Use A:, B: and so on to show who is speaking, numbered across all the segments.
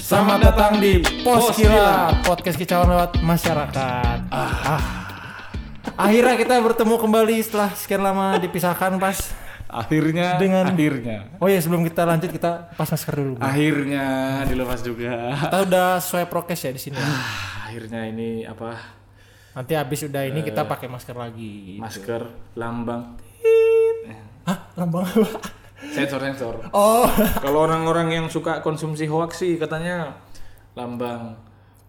A: Selamat datang di Pos
B: Pos Kilat.
A: Kilat, podcast kicauan lewat masyarakat. Ah. Akhirnya kita bertemu kembali setelah sekian lama dipisahkan pas.
B: Akhirnya,
A: Dengan-
B: akhirnya,
A: Oh iya sebelum kita lanjut kita pas masker dulu. Bro.
B: akhirnya dilepas juga.
A: Kita udah sesuai prokes ya di sini.
B: Ah, Akhirnya ini apa
A: Nanti habis udah ini kita pakai masker lagi.
B: masker lambang
A: Hah, lambang apa?
B: sensor sensor.
A: Oh,
B: Kalau orang-orang yang suka konsumsi hoax sih katanya lambang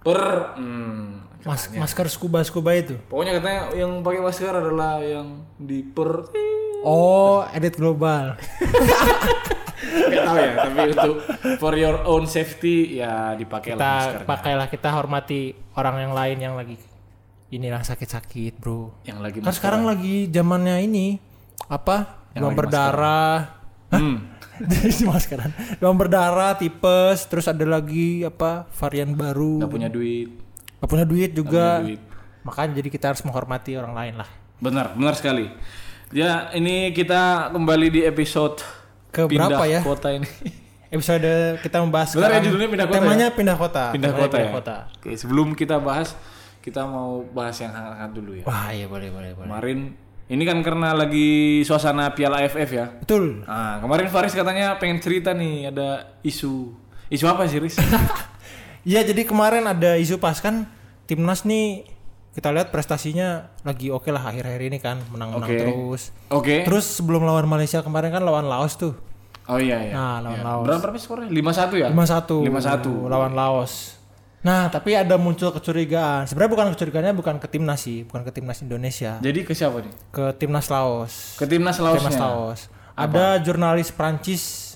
B: per. Hmm.
A: mas- masker scuba scuba itu.
B: Pokoknya katanya yang pakai masker adalah yang di per.
A: Oh, edit global.
B: Gak tahu ya. Tapi untuk for your own safety ya dipakai
A: Kita
B: masker.
A: pakailah kita hormati orang yang lain yang lagi inilah sakit-sakit, Bro.
B: Yang lagi
A: Kan sekarang lagi zamannya ini apa? Demam berdarah.
B: Hmm.
A: Jadi maskeran. Demam berdarah, tipes, terus ada lagi apa? Varian baru.
B: Gak punya duit.
A: Gak punya duit juga.
B: duit.
A: Makanya jadi kita harus menghormati orang lain lah.
B: Benar, benar sekali. Ya, ini kita kembali di episode
A: Ke
B: pindah
A: berapa ya?
B: kota ini.
A: Episode kita membahas
B: Benar ya
A: sekarang,
B: judulnya pindah kota
A: Temanya pindah kota.
B: Pindah
A: Temanya
B: kota ya. Oke, sebelum kita bahas, kita mau bahas yang hangat-hangat dulu ya.
A: Wah, iya boleh boleh boleh.
B: Kemarin ini kan karena lagi suasana Piala AFF ya.
A: Betul.
B: Nah, kemarin Faris katanya pengen cerita nih ada isu isu apa sih, Riz?
A: Iya, jadi kemarin ada isu pas kan timnas nih kita lihat prestasinya lagi oke lah akhir-akhir ini kan menang-menang
B: Oke.
A: terus.
B: Oke.
A: Terus sebelum lawan Malaysia kemarin kan lawan Laos tuh.
B: Oh iya iya.
A: Nah, lawan Laos.
B: Berapa berapa skornya? 5-1 ya?
A: 5-1.
B: 5-1.
A: lawan Laos. Nah, tapi ada muncul kecurigaan. Sebenarnya bukan kecurigaannya bukan ke timnas sih, bukan ke timnas Indonesia,
B: Jadi ke siapa nih?
A: ke timnas Laos.
B: Ke timnas
A: Ke
B: Laosnya.
A: Timnas Laos. Ada jurnalis Prancis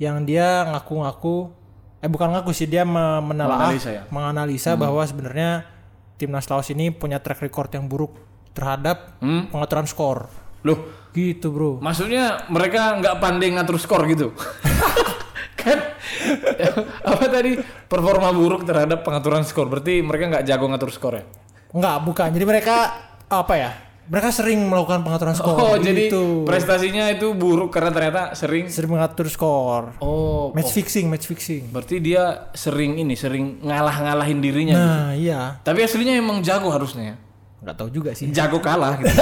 A: yang dia ngaku-ngaku eh bukan ngaku sih, dia me- menelaah,
B: Menganalisa ya?
A: menganalisa bahwa sebenarnya timnas Laos ini punya track record yang buruk terhadap
B: Hmm?
A: pengaturan skor.
B: Loh,
A: Gitu, Bro.
B: Maksudnya mereka nggak pandai ngatur skor gitu. kan apa tadi performa buruk terhadap pengaturan skor berarti mereka nggak jago ngatur skor ya
A: Enggak, bukan. Jadi mereka apa ya? Mereka sering melakukan pengaturan skor.
B: oh, jadi
A: gitu.
B: prestasinya itu buruk karena ternyata sering
A: sering mengatur skor.
B: oh,
A: Match fixing, match fixing.
B: berarti dia sering ini sering ngalah-ngalahin dirinya gitu.
A: Nah, iya.
B: tapi aslinya emang jago harusnya ya.
A: Nggak tahu juga sih.
B: jago kalah gitu.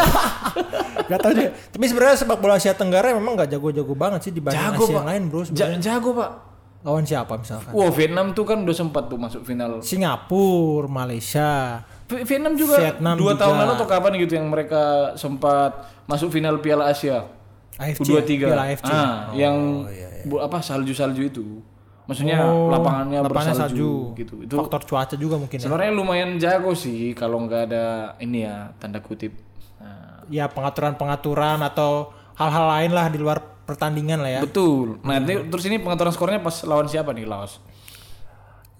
A: Nggak tahu juga. Tapi sebenarnya sepak bola Asia Tenggara memang nggak jago-jago banget sih dibanding
B: jago
A: Asia
B: pak
A: yang lain, Bro.
B: Ja- jago pak
A: Lawan siapa misalkan?
B: wow Vietnam tuh kan udah sempat tuh masuk final
A: Singapura, Malaysia.
B: V- Vietnam juga
A: Vietnam
B: dua
A: juga.
B: tahun lalu atau kapan gitu yang mereka sempat masuk final Piala Asia
A: AFC.
B: U23
A: Piala Oh, AFC.
B: Ah, yang bu- apa salju-salju itu maksudnya
A: iya, Oh,
B: ya, lapangannya,
A: lapangannya
B: bersalju
A: salju.
B: gitu itu
A: Faktor cuaca juga mungkin ya.
B: sebenarnya lumayan jago sih kalau nggak ada ini ya tanda kutip Nah,
A: Ya pengaturan-pengaturan atau hal-hal lain lah di luar pertandingan lah ya.
B: betul nah ini- terus ini pengaturan skornya pas lawan siapa nih Laos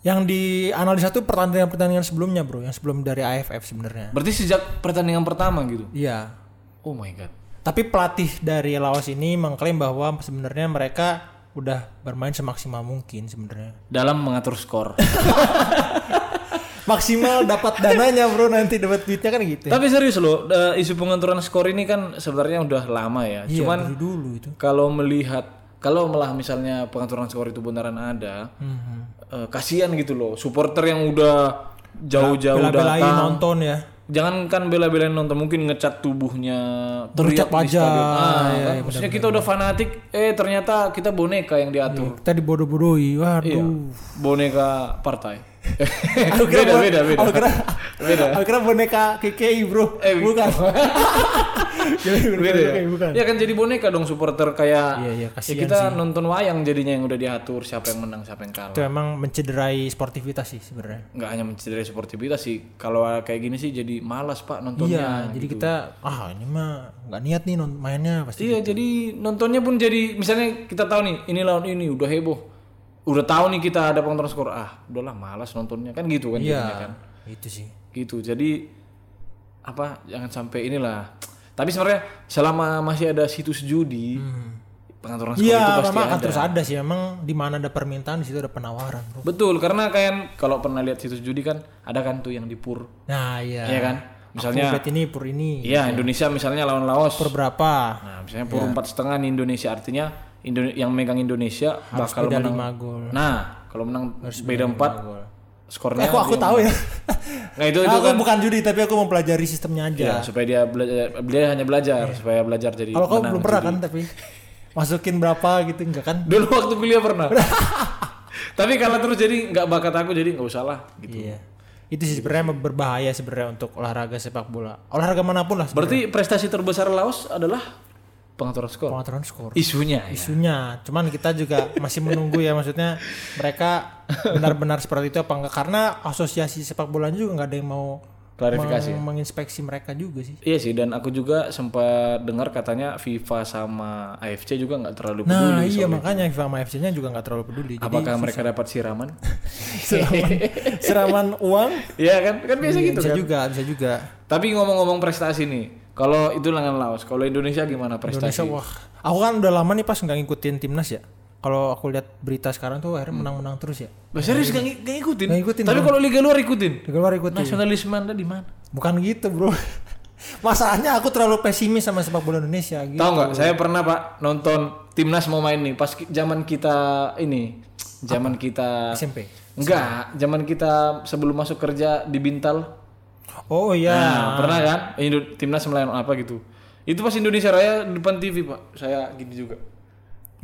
A: Yang dianalisa tuh pertandingan-pertandingan sebelumnya, Bro, yang sebelum dari AFF sebenarnya.
B: berarti sejak pertandingan pertama gitu
A: Iya.
B: oh my god
A: Tapi pelatih dari Laos ini mengklaim bahwa sebenarnya mereka udah bermain semaksimal mungkin sebenarnya.
B: dalam mengatur skor
A: Maksimal dapat dananya, Bro, nanti dapat duitnya kan gitu.
B: tapi serius loh eh, isu pengaturan skor ini kan sebenarnya udah lama ya
A: Iya,
B: cuman
A: dari dulu itu.
B: kalau melihat kalau malah misalnya pengaturan skor itu beneran ada
A: Mhm.
B: eh, kasihan gitu loh supporter yang udah jauh-jauh
A: Bela-belain
B: datang
A: nonton ya.
B: jangan kan bela-belain nonton mungkin ngecat tubuhnya
A: Berucap
B: teriak di
A: wajah.
B: stadion. ah,
A: Iya,
B: kan? maksudnya kita udah fanatik eh ternyata kita boneka yang diatur
A: Kita dibodoh-bodohi.
B: Iya.
A: Waduh.
B: boneka partai
A: Aku kira
B: beda beda
A: bon-
B: beda
A: Aku kira, aku kira boneka KKI, Bro.
B: Eh,
A: bukan. Jadi
B: Beda ya?
A: boneka, bukan.
B: Ya kan jadi boneka dong supporter kayak
A: Iya, iya,
B: ya
A: kasihan
B: kita nonton wayang jadinya yang udah diatur siapa yang menang siapa yang kalah.
A: Itu emang mencederai sportivitas sih sebenarnya.
B: nggak hanya mencederai sportivitas sih kalau kayak gini sih jadi malas pak
A: Iya,
B: nontonnya
A: jadi kita ah ini mah nggak niat nih non- mainnya pasti.
B: iya jadi nontonnya pun jadi misalnya kita tahu nih ini lawan ini udah heboh udah tahu nih kita ada pengaturan skor ah udahlah malas nontonnya kan gitu kan jadinya kan
A: Iya. Itu sih.
B: gitu jadi apa jangan sampai inilah tapi sebenarnya selama masih ada situs judi pengaturan skor itu
A: Hmm. Iya,
B: pasti
A: memang akan
B: ada
A: terus ada sih. Emang di mana ada permintaan di situ ada penawaran, bro.
B: betul karena kalian kalau pernah lihat situs judi kan ada kan tuh kan yang di pur
A: Nah, iya.
B: Iya kan?
A: Aku
B: Misalnya
A: bet ini pur ini.
B: iya Indonesia misalnya lawan Laos.
A: Pur berapa?
B: Nah, misalnya
A: Iya.
B: pur empat setengah nih Indonesia artinya Indo- yang megang Indonesia
A: Harus
B: bakal
A: beda
B: menang.
A: 5 gol.
B: Nah, kalau menang beda empat skornya.
A: Eh, kok aku
B: dia-
A: tahu ya.
B: Nah itu itu
A: aku
B: kan
A: bukan judi tapi aku mempelajari sistemnya
B: ya,
A: aja.
B: supaya dia belajar dia hanya belajar supaya belajar jadi.
A: Iya. Kalau kau
B: Iya, menang.
A: belum pernah kan tapi masukin berapa gitu enggak kan?
B: Dulu waktu kuliah pernah. Tapi kalah terus jadi nggak bakat aku jadi nggak usah lah. gitu.
A: Iya. Itu sih sebenarnya berbahaya sebenarnya untuk olahraga sepak bola. Olahraga manapun lah.
B: Berarti
A: sebenarnya.
B: prestasi terbesar Laos adalah pengaturan skor.
A: pengaturan skor.
B: Isunya. ya.
A: Isunya, cuman kita juga masih menunggu ya maksudnya mereka benar-benar seperti itu apa enggak karena asosiasi sepak bola juga nggak ada yang mau
B: Klarifikasi
A: meng- menginspeksi mereka juga sih.
B: Iya sih dan aku juga sempat dengar katanya FIFA sama AFC juga nggak terlalu peduli.
A: Nah, iya makanya FIFA sama FC-nya juga nggak terlalu peduli. Jadi
B: Apakah mereka dapat siraman?
A: seraman, seraman uang
B: Iya kan kan biasa gitu
A: bisa
B: kan.
A: juga, bisa juga.
B: Tapi ngomong-ngomong prestasi nih, kalau itu lengan Laos, kalau Indonesia gimana
A: Indonesia
B: prestasi?
A: wah. Aku kan udah lama nih pas nggak ngikutin timnas ya. Kalau aku lihat berita sekarang tuh
B: Hmm.
A: akhirnya menang-menang terus ya.
B: Bah, serius gak, ngi- gak ngikutin?
A: Nggak ngikutin,
B: Tapi kalau Liga luar ikutin.
A: Di luar ikut
B: Nasionalisme anda di mana?
A: Bukan gitu, Bro. Masalahnya aku terlalu pesimis sama sepak bola Indonesia gitu.
B: Tahu nggak? Saya pernah pak nonton timnas mau main nih. Pas ki- zaman kita ini, zaman kita
A: SMP.
B: enggak, zaman kita sebelum masuk kerja di Bintal.
A: Oh iya.
B: Nah, pernah kan? Indo- timnas melawan apa gitu? Itu pas Indonesia Raya depan TV pak. Saya gini juga.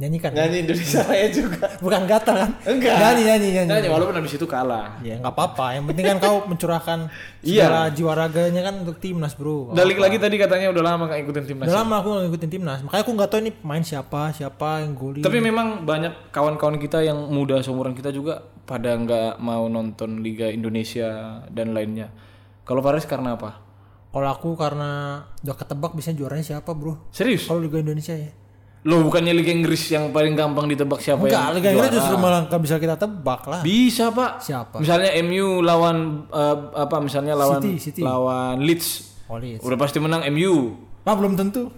A: Nyanyikan.
B: Nyanyi Indonesia Raya juga.
A: Bukan gatal kan?
B: Enggak.
A: Nyanyi nyanyi nyanyi.
B: Nyanyi walaupun habis itu kalah.
A: Ya nggak apa-apa. Yang penting kan kau mencurahkan
B: Iya.
A: segala jiwa raganya kan untuk timnas bro.
B: Balik lagi tadi katanya udah lama gak ngikutin timnas.
A: Udah lama aku nggak ngikutin timnas. Makanya aku nggak tahu ini pemain siapa, siapa yang golin.
B: Tapi memang banyak kawan-kawan kita yang muda seumuran kita juga pada nggak mau nonton Liga Indonesia dan lainnya. Kalau Faris karena apa?
A: Kalau aku karena udah ketebak bisa juaranya siapa bro.
B: Serius?
A: Kalau Liga Indonesia ya.
B: Lo bukannya Liga Inggris yang paling gampang ditebak siapa
A: Enggak,
B: yang
A: Liga Inggris
B: juara?
A: justru malah nggak bisa kita tebak lah.
B: Bisa, Pak.
A: Siapa?
B: Misalnya MU lawan eh, apa misalnya lawan
A: City, City.
B: lawan Leeds.
A: Oli.
B: Udah pasti menang MU.
A: Mah belum tentu.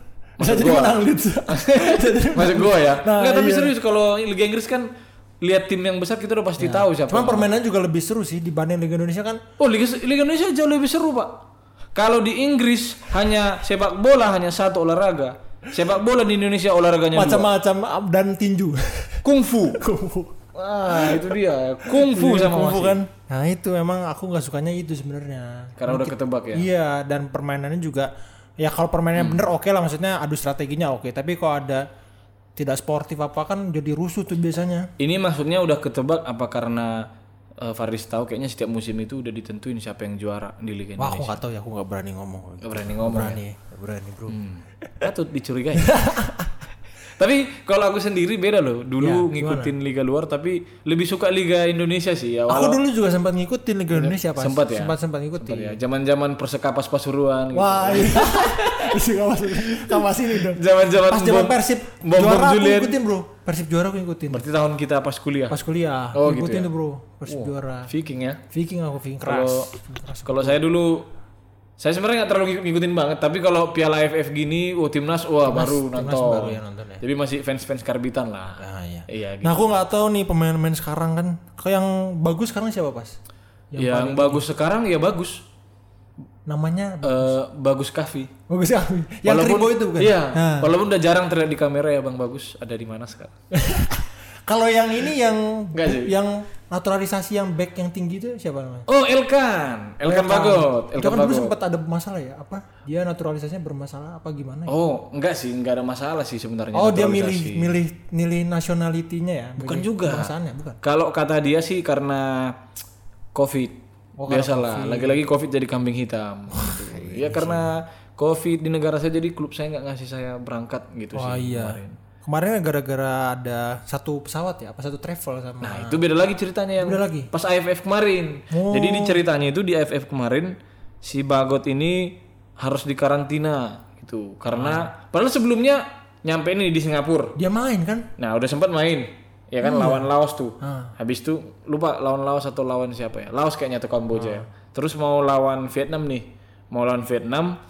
B: Maksud
A: Bisa jadi
B: gua.
A: menang Leeds. Bisa jadi
B: Maksud gua ya.
A: Nah,
B: Nggak, tapi
A: iya.
B: serius kalau Liga Inggris kan lihat tim yang besar kita udah pasti tahu siapa.
A: Iya. Cuman permainan juga lebih seru sih dibanding Liga Indonesia kan.
B: Oh Liga, Liga Indonesia jauh lebih seru pak. Kalau di Inggris hanya sepak bola hanya satu olahraga. Sepak bola di Indonesia olahraganya dua.
A: Macam-macam dan tinju.
B: Kungfu.
A: Kupu.
B: Ah itu dia. Kungfu sama
A: Kupu
B: wasit.
A: kan. Nah itu emang aku nggak sukanya itu sebenarnya.
B: Karena udah ketebak ya.
A: Iya dan permainannya juga ya kalau permainannya
B: Hmm.
A: bener oke lah maksudnya adu strateginya oke tapi kalau ada tidak sportif apa kan jadi rusuh tuh biasanya.
B: Ini maksudnya udah ketebak apa karena eh, Faris tahu kayaknya setiap musim itu udah ditentuin siapa yang juara di Liga
A: Wah
B: Indonesia.
A: aku nggak tahu ya aku nggak berani ngomong. kalau gitu.
B: Nggak berani ngomong.
A: Berani, nggak berani bro.
B: Hmm. Patut dicurigai. tapi kalau aku sendiri beda loh.
A: Iya,
B: Dulu ngikutin liga luar tapi lebih suka Liga Indonesia sih ya.
A: Aku dulu juga sempat ngikutin Liga Indonesia pas.
B: Sempat ya?
A: Sempat sempat ngikutin.
B: ya zaman-zaman persekapas pasuruan gitu.
A: Wah iya. Isi kamu masuk kamu sini dong.
B: Zaman-zaman
A: Pas zaman
B: Bom-
A: Persib
B: Bom- Bom
A: juara aku
B: Juliet.
A: ngikutin bro. Persib juara aku ngikutin.
B: Berarti tahun kita pas kuliah.
A: Pas kuliah
B: Oh, gitu
A: ngikutin
B: ya?
A: tuh bro. Persib juara.
B: Viking ya.
A: Viking aku Viking keras.
B: Kalau kalau saya dulu saya sebenarnya nggak terlalu ngik- ngikutin banget, tapi kalau Piala AFF gini, oh timnas, wah baru
A: Timnas
B: nonton.
A: baru ya nonton ya.
B: Jadi masih fans-fans karbitan lah.
A: Nah, iya.
B: Oh. Iya. Gitu.
A: Nah aku nggak tahu nih pemain-pemain sekarang kan. Kayak yang bagus sekarang siapa pas?
B: gitu. yang bagus sekarang ya bagus.
A: Namanya
B: Eh, bagus Kavi.
A: bagus ya. Yang Kribo itu bukan?
B: Iya.
A: Nah,
B: Walaupun udah jarang terlihat di kamera ya Bang Bagus. Ada di mana sekarang?
A: Kalau yang ini yang
B: Nggak sih.
A: yang naturalisasi yang back yang tinggi itu siapa namanya?
B: Oh Elkan, Elkan Bagot,
A: Itu
B: Elkan
A: kan dulu
B: Bagot.
A: sempat ada masalah ya apa? Dia naturalisasinya bermasalah apa gimana? ya?
B: Oh enggak sih, enggak ada masalah sih sebenarnya.
A: Oh, dia milih
B: Iya, naturalisasi.
A: milih nilai nationality-nya ya?
B: Bukan
A: milih
B: juga.
A: Kebangsaannya bukan?
B: Kalau kata dia sih karena COVID.
A: Oh,
B: Biasalah, lagi-lagi COVID jadi kambing hitam. Gitu. ya karena COVID di negara saya jadi klub saya nggak ngasih saya berangkat gitu
A: Oh
B: sih.
A: iya. Kemarin gara-gara ada satu pesawat ya, apa satu travel sama.
B: Nah, itu beda lagi ceritanya yang
A: Beda lagi? Oh.
B: pas AFF kemarin. Jadi di ceritanya itu di AFF kemarin si Bagot ini harus dikarantina gitu karena padahal sebelumnya nyampe ini di Singapura.
A: Dia main kan?
B: Nah, udah sempat main. Ya kan lawan Laos tuh. Habis itu lupa lawan Laos atau lawan siapa ya? Laos kayaknya atau Kamboja. ya. Terus mau lawan Vietnam nih. Mau lawan Vietnam,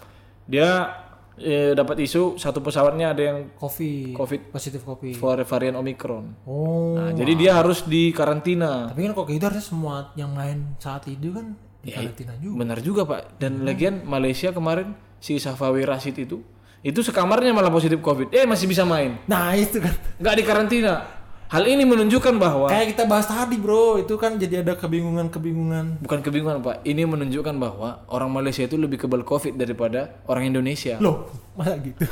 B: dia eh, dapat isu satu pesawatnya ada yang
A: Covid.
B: Covid.
A: Positif Covid.
B: var- varian Omicron.
A: Oh.
B: Nah, jadi dia harus dikarantina.
A: Tapi kan kok kayak gitu harusnya semua yang main saat itu kan di
B: Ya,
A: karantina juga.
B: Benar juga Pak. Dan lagian Malaysia kemarin si Safawi Rashid itu itu sekamarnya malah positif Covid. Eh masih bisa main.
A: Nah itu kan.
B: Nggak di karantina. Hal ini menunjukkan bahwa
A: Kayak kita bahas tadi bro, itu kan jadi ada kebingungan-kebingungan.
B: bukan kebingungan Pak. Ini menunjukkan bahwa orang Malaysia itu lebih kebal Covid daripada orang Indonesia.
A: Loh, masa gitu?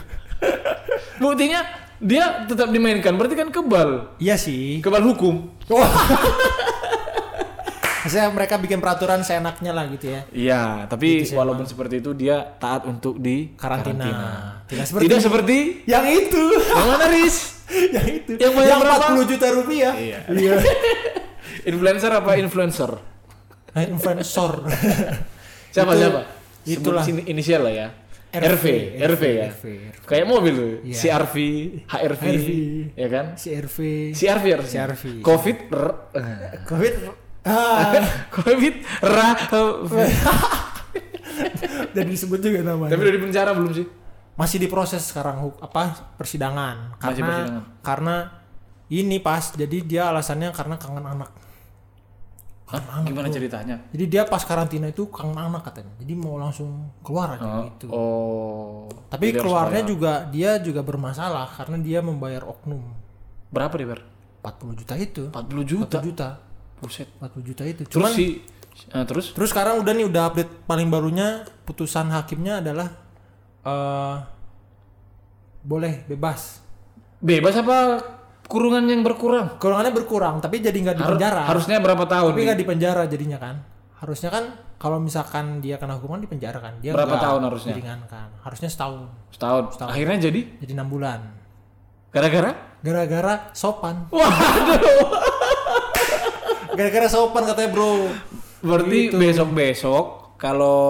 B: Buktinya dia tetap dimainkan. Berarti kan kebal.
A: iya sih.
B: Kebal hukum.
A: Saya mereka bikin peraturan seenaknya lah gitu ya.
B: Iya, tapi walaupun seperti itu dia taat untuk di
A: Karantina. Tidak seperti
B: Tidak seperti
A: yang itu.
B: yang mana Riz?
A: yang itu.
B: Yang bayar berapa?
A: 40 juta rupiah.
B: Iya.
A: Iya.
B: Influencer apa influencer?
A: Nah, influencer.
B: Siapa
A: Itu-
B: siapa?
A: itulah.
B: Sebut sini- inisial lah ya.
A: RV,
B: RV, RV ya.
A: RV.
B: Kayak mobil tuh.
A: Iya.
B: CRV, HRV,
A: HRV.
B: ya kan?
A: si RV.
B: CRV harusnya.
A: CRV.
B: Covid r-
A: Covid. Ah,
B: Covid ra eh,
A: jadi disebut juga namanya.
B: Tapi udah di penjara belum sih?
A: masih diproses sekarang huk- apa persidangan karena
B: Masih persidangan.
A: karena ini pas jadi dia alasannya karena kangen anak
B: Hah? Gitu. Gimana ceritanya?
A: jadi dia pas karantina itu kangen anak katanya jadi mau langsung keluar aja gitu
B: Oh.
A: tapi
B: Jadi harus
A: keluarnya
B: bayar.
A: juga dia juga bermasalah karena dia membayar oknum
B: berapa deh, Ber?
A: 40 juta itu
B: 40 juta.
A: 40 juta
B: Buset.
A: 40 juta itu
B: Terus
A: cuman terus,
B: si ah, terus
A: sekarang udah nih udah update paling barunya putusan hakimnya adalah eh boleh bebas
B: bebas apa kurungan yang berkurang?
A: kurungannya berkurang tapi jadi nggak di
B: Har-
A: penjara
B: Harusnya berapa tahun?
A: tapi
B: nih?
A: nggak di penjara jadinya kan harusnya kan kalau misalkan dia kena hukuman di penjara kan dia
B: Berapa
A: nggak
B: tahun harusnya?
A: diringankan harusnya setahun
B: Setahun. Akhirnya jadi
A: jadi enam bulan
B: gara-gara
A: gara-gara sopan
B: Waduh.
A: gara-gara sopan katanya bro
B: Berarti besok-besok kalau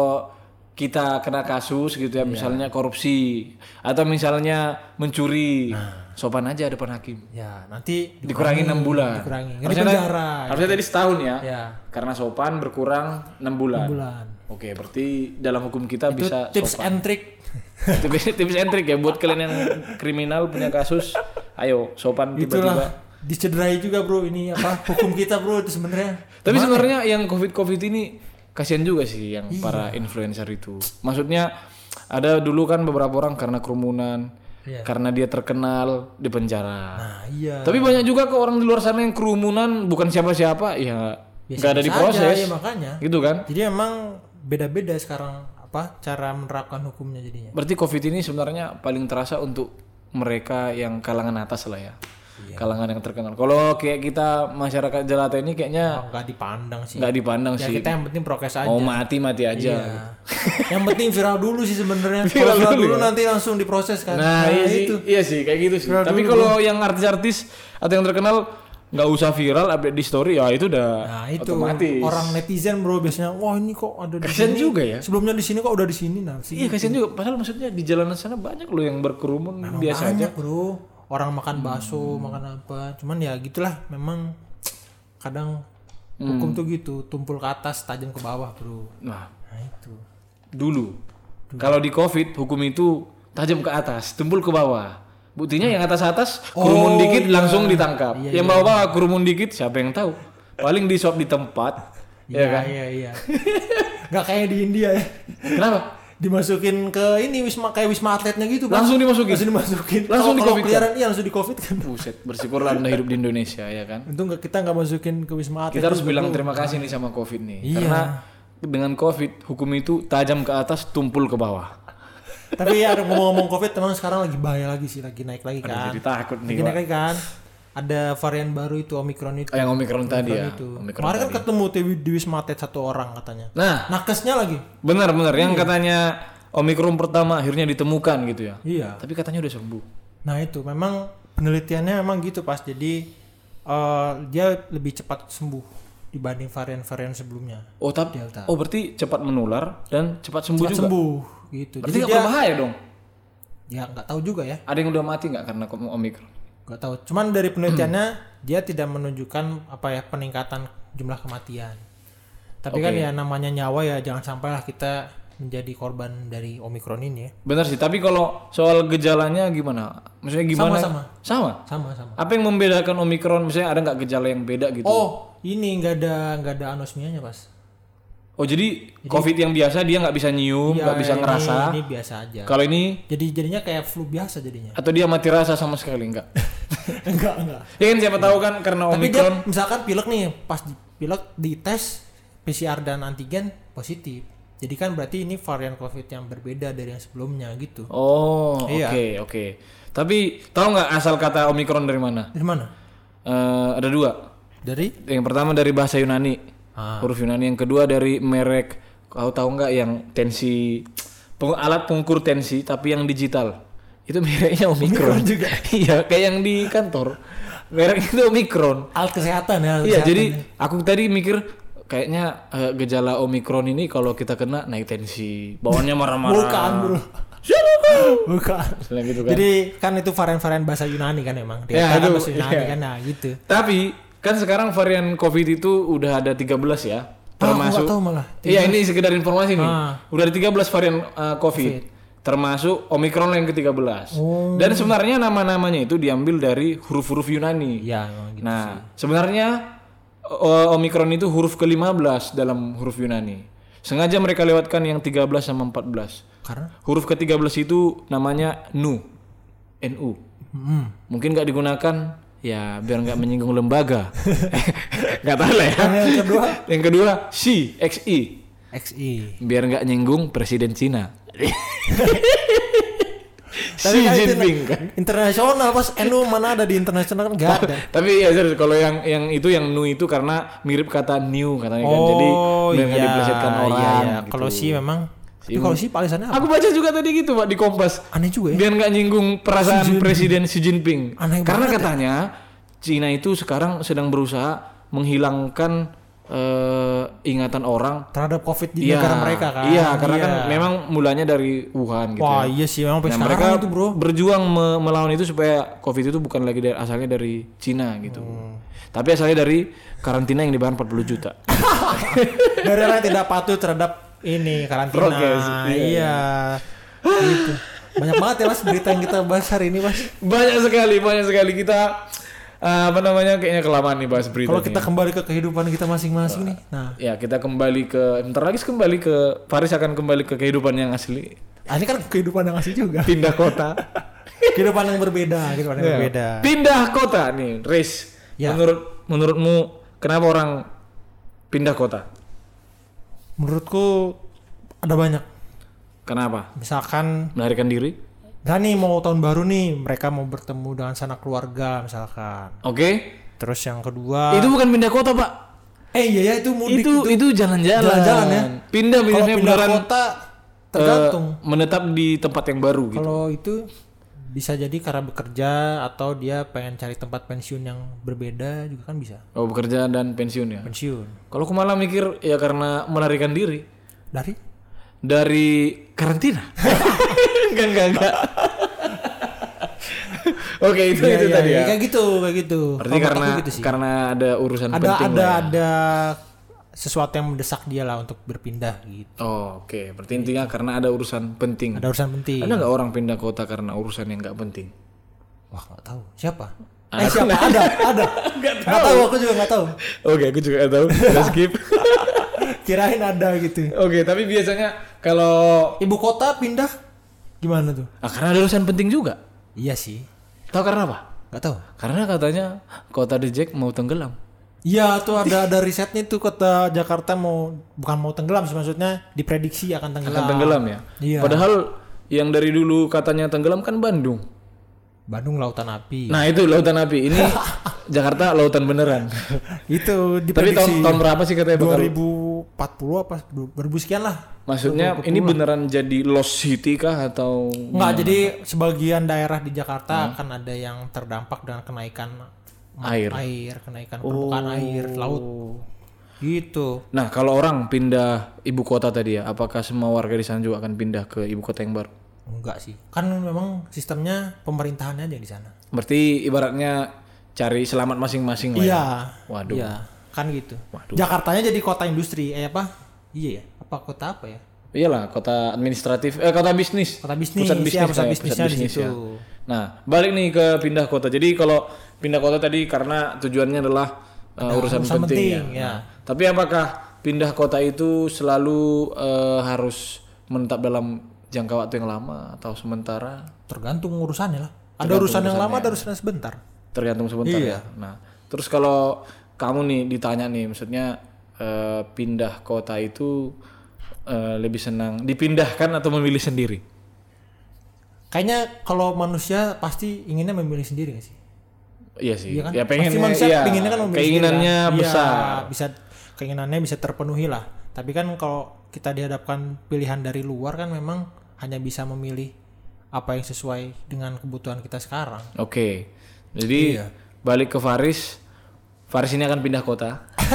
B: kita kena kasus gitu ya, misalnya korupsi atau misalnya mencuri, sopan aja depan hakim.
A: ya nanti
B: Dikurangi enam bulan.
A: dikurangi nggak di
B: Harusnya,
A: penjara
B: harusnya tadi setahun ya.
A: ya
B: Karena sopan berkurang enam bulan.
A: enam bulan
B: Oke, berarti dalam hukum kita
A: itu
B: bisa
A: tips
B: sopan.
A: and trick
B: tips tips and trick ya buat kalian yang kriminal punya kasus, ayo sopan tiba-tiba.
A: itulah dicederai juga bro ini apa hukum kita bro itu sebenarnya
B: Tapi sebenarnya yang covid-covid ini kasihan juga sih yang
A: Iya.
B: para influencer itu. Maksudnya ada dulu kan beberapa orang karena kerumunan,
A: Iya.
B: karena dia terkenal di penjara.
A: nah iya
B: Tapi banyak juga ke orang di luar sana yang kerumunan bukan siapa-siapa, ya nggak ada di
A: Biasa-biasa aja,
B: proses,
A: ya makanya
B: gitu kan?
A: jadi emang beda-beda sekarang apa cara menerapkan hukumnya jadinya
B: Berarti covid ini sebenarnya paling terasa untuk mereka yang kalangan atas lah ya, kalangan yang terkenal. Kalau kayak kita masyarakat jelata ini kayaknya
A: Oh, nggak dipandang sih.
B: nggak dipandang
A: ya
B: sih.
A: kita yang penting prokes aja.
B: Mau mati mati aja.
A: Iya. yang penting viral dulu sih sebenarnya.
B: Viral
A: Kalau Viral
B: dulu
A: dulu,
B: ya?
A: nanti langsung diproses kan.
B: Nah, iya sih,
A: itu.
B: iya sih kayak gitu sih. Tapi kalau yang artis-artis atau yang terkenal nggak usah viral update di story ya itu udah
A: Nah itu
B: otomatis.
A: orang netizen bro biasanya wah ini kok ada di
B: Kasian
A: sini.
B: juga ya.
A: Sebelumnya di sini kok udah di sini nah sih.
B: Iya kasihan juga. Padahal maksudnya di jalanan sana banyak loh yang berkerumun Iya, biasa aja. Hmm.
A: Banyak bro orang makan bakso makan apa. Cuman ya gitulah memang kadang
B: Hmm.
A: hukum tuh gitu tumpul ke atas tajam ke bawah bro.
B: Nah
A: Nah itu.
B: dulu kalau di covid hukum itu tajam ke atas, tumpul ke bawah. Buktinya yang atas-atas
A: Oh,
B: kerumun dikit
A: iya.
B: langsung ditangkap. yang bawah-bawah kerumun dikit siapa yang tahu? Paling di swab di tempat.
A: Iya
B: ya kan?
A: iya iya. Gak kayak di India ya.
B: Kenapa?
A: dimasukin ke ini wisma kayak wisma atletnya gitu Bang.
B: Langsung dimasukin?
A: langsung dimasukin
B: Langsung
A: Kalau- kalau
B: di-covid-kan?
A: keliaran iya langsung di covid kan
B: Buset, bersyukurlah anda hidup di Indonesia ya kan.
A: untung nggak- kita nggak masukin ke wisma atlet
B: kita harus
A: juga
B: bilang
A: tuh.
B: terima kasih nih sama covid nih
A: Iya.
B: karena dengan covid hukum itu tajam ke atas tumpul ke bawah
A: tapi ya ngomong-ngomong covid teman sekarang lagi bahaya lagi sih lagi naik lagi
B: Aduh,
A: kan
B: jadi takut nih
A: lagi naik
B: Pak.
A: lagi kan ada varian baru itu omikron
B: Oh,
A: itu
B: yang omikron tadi ya
A: itu
B: Omikron
A: kemarin kan
B: tadi.
A: ketemu tuh di wisma atlet satu orang katanya
B: nah
A: nakesnya lagi
B: benar benar
A: Iya.
B: yang katanya omikron pertama akhirnya ditemukan gitu ya
A: iya
B: tapi katanya udah sembuh
A: Nah itu memang penelitiannya memang gitu pas jadi eh, dia lebih cepat sembuh dibanding varian-varian sebelumnya.
B: oh tapi
A: Delta.
B: oh berarti cepat menular dan cepat sembuh
A: Cepat
B: juga
A: sembuh gitu.
B: berarti
A: Jadi
B: nggak
A: dia
B: berbahaya dong
A: ya nggak tahu juga ya,
B: ada yang udah mati nggak karena omikron
A: nggak tahu. Cuman dari penelitiannya dia tidak menunjukkan apa ya peningkatan jumlah kematian. Tapi kan ya namanya nyawa ya jangan sampailah kita menjadi korban dari omikron ini ya.
B: benar sih tapi kalau soal gejalanya gimana maksudnya gimana
A: Sama-sama.
B: sama
A: Sama sama.
B: apa yang membedakan omikron misalnya ada nggak gejala yang beda gitu
A: Oh ini nggak ada nggak ada anosmianya pas.
B: oh Oh jadi, COVID yang biasa dia nggak bisa nyium,
A: Iya,
B: nggak bisa
A: ini-
B: ngerasa.
A: Ini biasa aja.
B: Kalau ini
A: Jadi jadinya kayak flu biasa jadinya.
B: atau dia mati rasa sama sekali nggak?
A: enggak, enggak.
B: ya kan siapa tahu kan karena
A: Tapi dia
B: omikron.
A: misalkan pilek nih, pas di, pilek dites PCR dan antigen positif. Jadi kan berarti ini varian COVID yang berbeda dari yang sebelumnya gitu.
B: Oh oke
A: Iya.
B: oke. Tapi tahu nggak asal kata omikron dari mana?
A: Dari mana?
B: Eh, ada dua.
A: Dari
B: Yang pertama dari bahasa Yunani,
A: Ah.
B: huruf Yunani. Yang kedua dari merek. Kau tahu nggak yang tensi peng- alat pengukur tensi tapi yang digital. Itu mereknya Omikron juga. iya, kayak yang di kantor. Merek itu Omikron.
A: alat kesehatan ya. alat
B: Iya,
A: kesehatan.
B: jadi aku tadi mikir kayaknya eh, gejala Omikron ini kalau kita kena naik tensi, bawaannya marah-marah.
A: ya. bukan bro. bukan.
B: Misalnya gitu kan.
A: Jadi kan itu varian-varian bahasa Yunani kan emang. Dia
B: Ya,
A: kan
B: aduh,
A: bahasa Yunani
B: iya.
A: kan nah gitu.
B: Tapi kan sekarang varian COVID itu udah ada 13 ya.
A: Ah, aku
B: Termasuk
A: nggak tahu malah.
B: Iya, ini sekedar informasi nih.
A: Ah.
B: Udah ada 13 varian uh, COVID. Termasuk Omikron yang ke-13.
A: Oh.
B: Dan sebenarnya nama-namanya itu diambil dari huruf-huruf Yunani.
A: Iya, emang gitu.
B: nah, sebenarnya o- Omikron itu huruf ke-15 dalam huruf Yunani. Sengaja mereka lewatkan yang 13 sama 14.
A: Karena
B: Huruf ke-13 itu namanya nu. NU.
A: hmm.
B: Mungkin nggak digunakan ya biar nggak menyinggung lembaga. Nggak tahu lah ya.
A: yang kedua
B: Yang kedua, Xi, XI.
A: XI.
B: Biar nggak nyinggung presiden Cina.
A: Tapi
B: Xi
A: kan itu
B: Jinping kan.
A: internasional pas NU mana ada di internasional kan enggak ada.
B: Tapi ya serius kalau yang yang itu yang nu itu karena mirip kata new katanya kan. Jadi
A: Oh,
B: biar
A: iya.
B: nggak diplesetkan orang. gitu. Iya.
A: Kalau si memang tapi kalau si palisannya apa?
B: Aku baca juga tadi gitu Pak di Kompas.
A: aneh juga ya.
B: Biar nggak nyinggung perasaan presiden Xi Jinping.
A: Aneh
B: karena
A: banget ya.
B: katanya Cina itu sekarang sedang berusaha menghilangkan eh, ingatan orang
A: terhadap Covid di
B: Iya,
A: negara mereka kan.
B: Iya, karena kan
A: Iya.
B: memang mulanya dari Wuhan gitu. ya.
A: Wah, iya sih memang sampai
B: Nah,
A: sekarang
B: mereka
A: itu, Bro.
B: berjuang me- melawan itu supaya COVID itu bukan lagi dari asalnya dari Cina gitu. Tapi asalnya dari karantina yang dibayar 40 juta.
A: Daerah yang tidak patuh terhadap ini karantina.
B: Progres, iya,
A: iya. gitu. Banyak banget ya Mas berita yang kita bahas hari ini, Mas.
B: banyak sekali, banyak sekali kita eh, apa namanya kayaknya kelamaan nih bahas berita.
A: Kalau
B: nih.
A: kita kembali ke kehidupan kita masing-masing nih. Nah,
B: ya kita kembali ke bentar lagi kembali ke Paris akan kembali ke kehidupan yang asli
A: ini kan kehidupan yang asli juga.
B: pindah kota
A: kehidupan yang berbeda,
B: Iya.
A: kehidupan yang berbeda.
B: pindah kota nih Riz
A: Ya.
B: menurut menurutmu kenapa orang pindah kota
A: Menurutku ada banyak.
B: Kenapa?
A: Misalkan
B: Melarikan diri?
A: Nah nih mau tahun baru nih mereka mau bertemu dengan sanak keluarga misalkan.
B: Oke.
A: Terus yang kedua,
B: itu bukan pindah kota, Pak.
A: eh iya ya itu mudik
B: Itu itu jalan-jalan.
A: Jalan-jalan ya.
B: Pindah
A: Kalau
B: misalnya
A: pindah
B: beneran
A: kota gitu.
B: eh,
A: tergantung.
B: menetap di tempat yang baru gitu.
A: Kalau itu bisa jadi karena bekerja atau dia pengen cari tempat pensiun yang berbeda juga kan bisa
B: Oh, bekerja dan pensiun ya.
A: pensiun
B: Kalau aku malah mikir ya karena melarikan diri
A: dari
B: dari karantina. enggak, enggak, enggak. Oke, itu
A: Iya,
B: itu
A: iya,
B: tadi
A: iya,
B: ya.
A: kayak gitu kayak gitu.
B: Berarti
A: Kalau
B: karena
A: menurut aku gitu sih.
B: karena ada urusan
A: ada
B: penting
A: ada
B: lah ya.
A: ada sesuatu yang mendesak dia lah untuk berpindah gitu.
B: Oh, oke. Berarti intinya karena ada urusan penting.
A: Ada urusan penting.
B: Ada nggak orang pindah kota karena urusan yang nggak penting?
A: Wah nggak tahu siapa. Eh siapa ada ada. Nggak tahu. aku juga nggak tahu.
B: Oke, aku juga nggak tahu. Kita skip.
A: Kirain ada gitu.
B: Oke, tapi biasanya kalau
A: Ibu kota pindah gimana tuh?
B: ah, karena ada urusan penting juga.
A: Iya sih.
B: Tahu karena apa?
A: Nggak tahu.
B: Karena katanya kota The Jack mau tenggelam.
A: Iya tuh ada ada risetnya tuh kota Jakarta mau bukan mau tenggelam sih maksudnya diprediksi akan
B: Akan
A: tenggelam.
B: tenggelam ya.
A: Iya.
B: Padahal yang dari dulu katanya tenggelam kan Bandung.
A: Bandung lautan api.
B: Nah, itu lautan api. Ini Jakarta lautan beneran.
A: Itu
B: tapi
A: diprediksi.
B: tahun, tahun berapa sih katanya bakal
A: 2040 apa 2000 sekian lah.
B: Maksudnya ini beneran jadi lost city kah atau
A: Enggak, jadi sebagian daerah di Jakarta akan ada yang terdampak dengan kenaikan
B: air?
A: air, Oh. kenaikan permukaan air laut. Gitu.
B: Nah, kalau orang pindah ibu kota tadi ya, apakah semua warga di sana juga akan pindah ke ibu kota yang baru?
A: Enggak sih. Kan memang sistemnya pemerintahannya aja di sana.
B: Berarti ibaratnya cari selamat masing-masing lah ya.
A: Iya.
B: Waduh.
A: Iya, kan gitu. Jakartanya jadi kota industri, eh apa? Iya ya. Apa kota apa ya?
B: Iyalah, kota administratif, eh kota bisnis.
A: Kota bisnis,
B: pusat
A: ya,
B: bisnis,
A: pusat
B: lah ya,
A: bisnisnya di situ.
B: Nah, balik nih ke pindah kota. Jadi kalau pindah kota tadi karena tujuannya adalah uh, urusan,
A: urusan
B: penting, ya.
A: penting, ya.
B: Nah, tapi apakah pindah kota itu selalu eh, harus menetap dalam jangka waktu yang lama atau sementara
A: tergantung urusannya lah ada urusan yang lama ada urusan yang sebentar
B: tergantung sebentar
A: Iya.
B: ya. Nah, terus kalau kamu nih ditanya nih, maksudnya eh, pindah kota itu eh, lebih senang dipindahkan atau memilih sendiri?
A: kayaknya kalau manusia pasti inginnya memilih sendiri gak sih
B: Iya sih.
A: Iya kan?
B: Ya pengen
A: Pasti manusia
B: ya,
A: pinginnya kan memilih
B: keinginannya
A: sendiri kan? Iya,
B: besar.
A: bisa keinginannya bisa terpenuhi lah. Tapi kan kalau kita dihadapkan pilihan dari luar kan memang hanya bisa memilih apa yang sesuai dengan kebutuhan kita sekarang.
B: Oke. Jadi
A: Iya.
B: balik ke Faris, Faris ini akan pindah kota.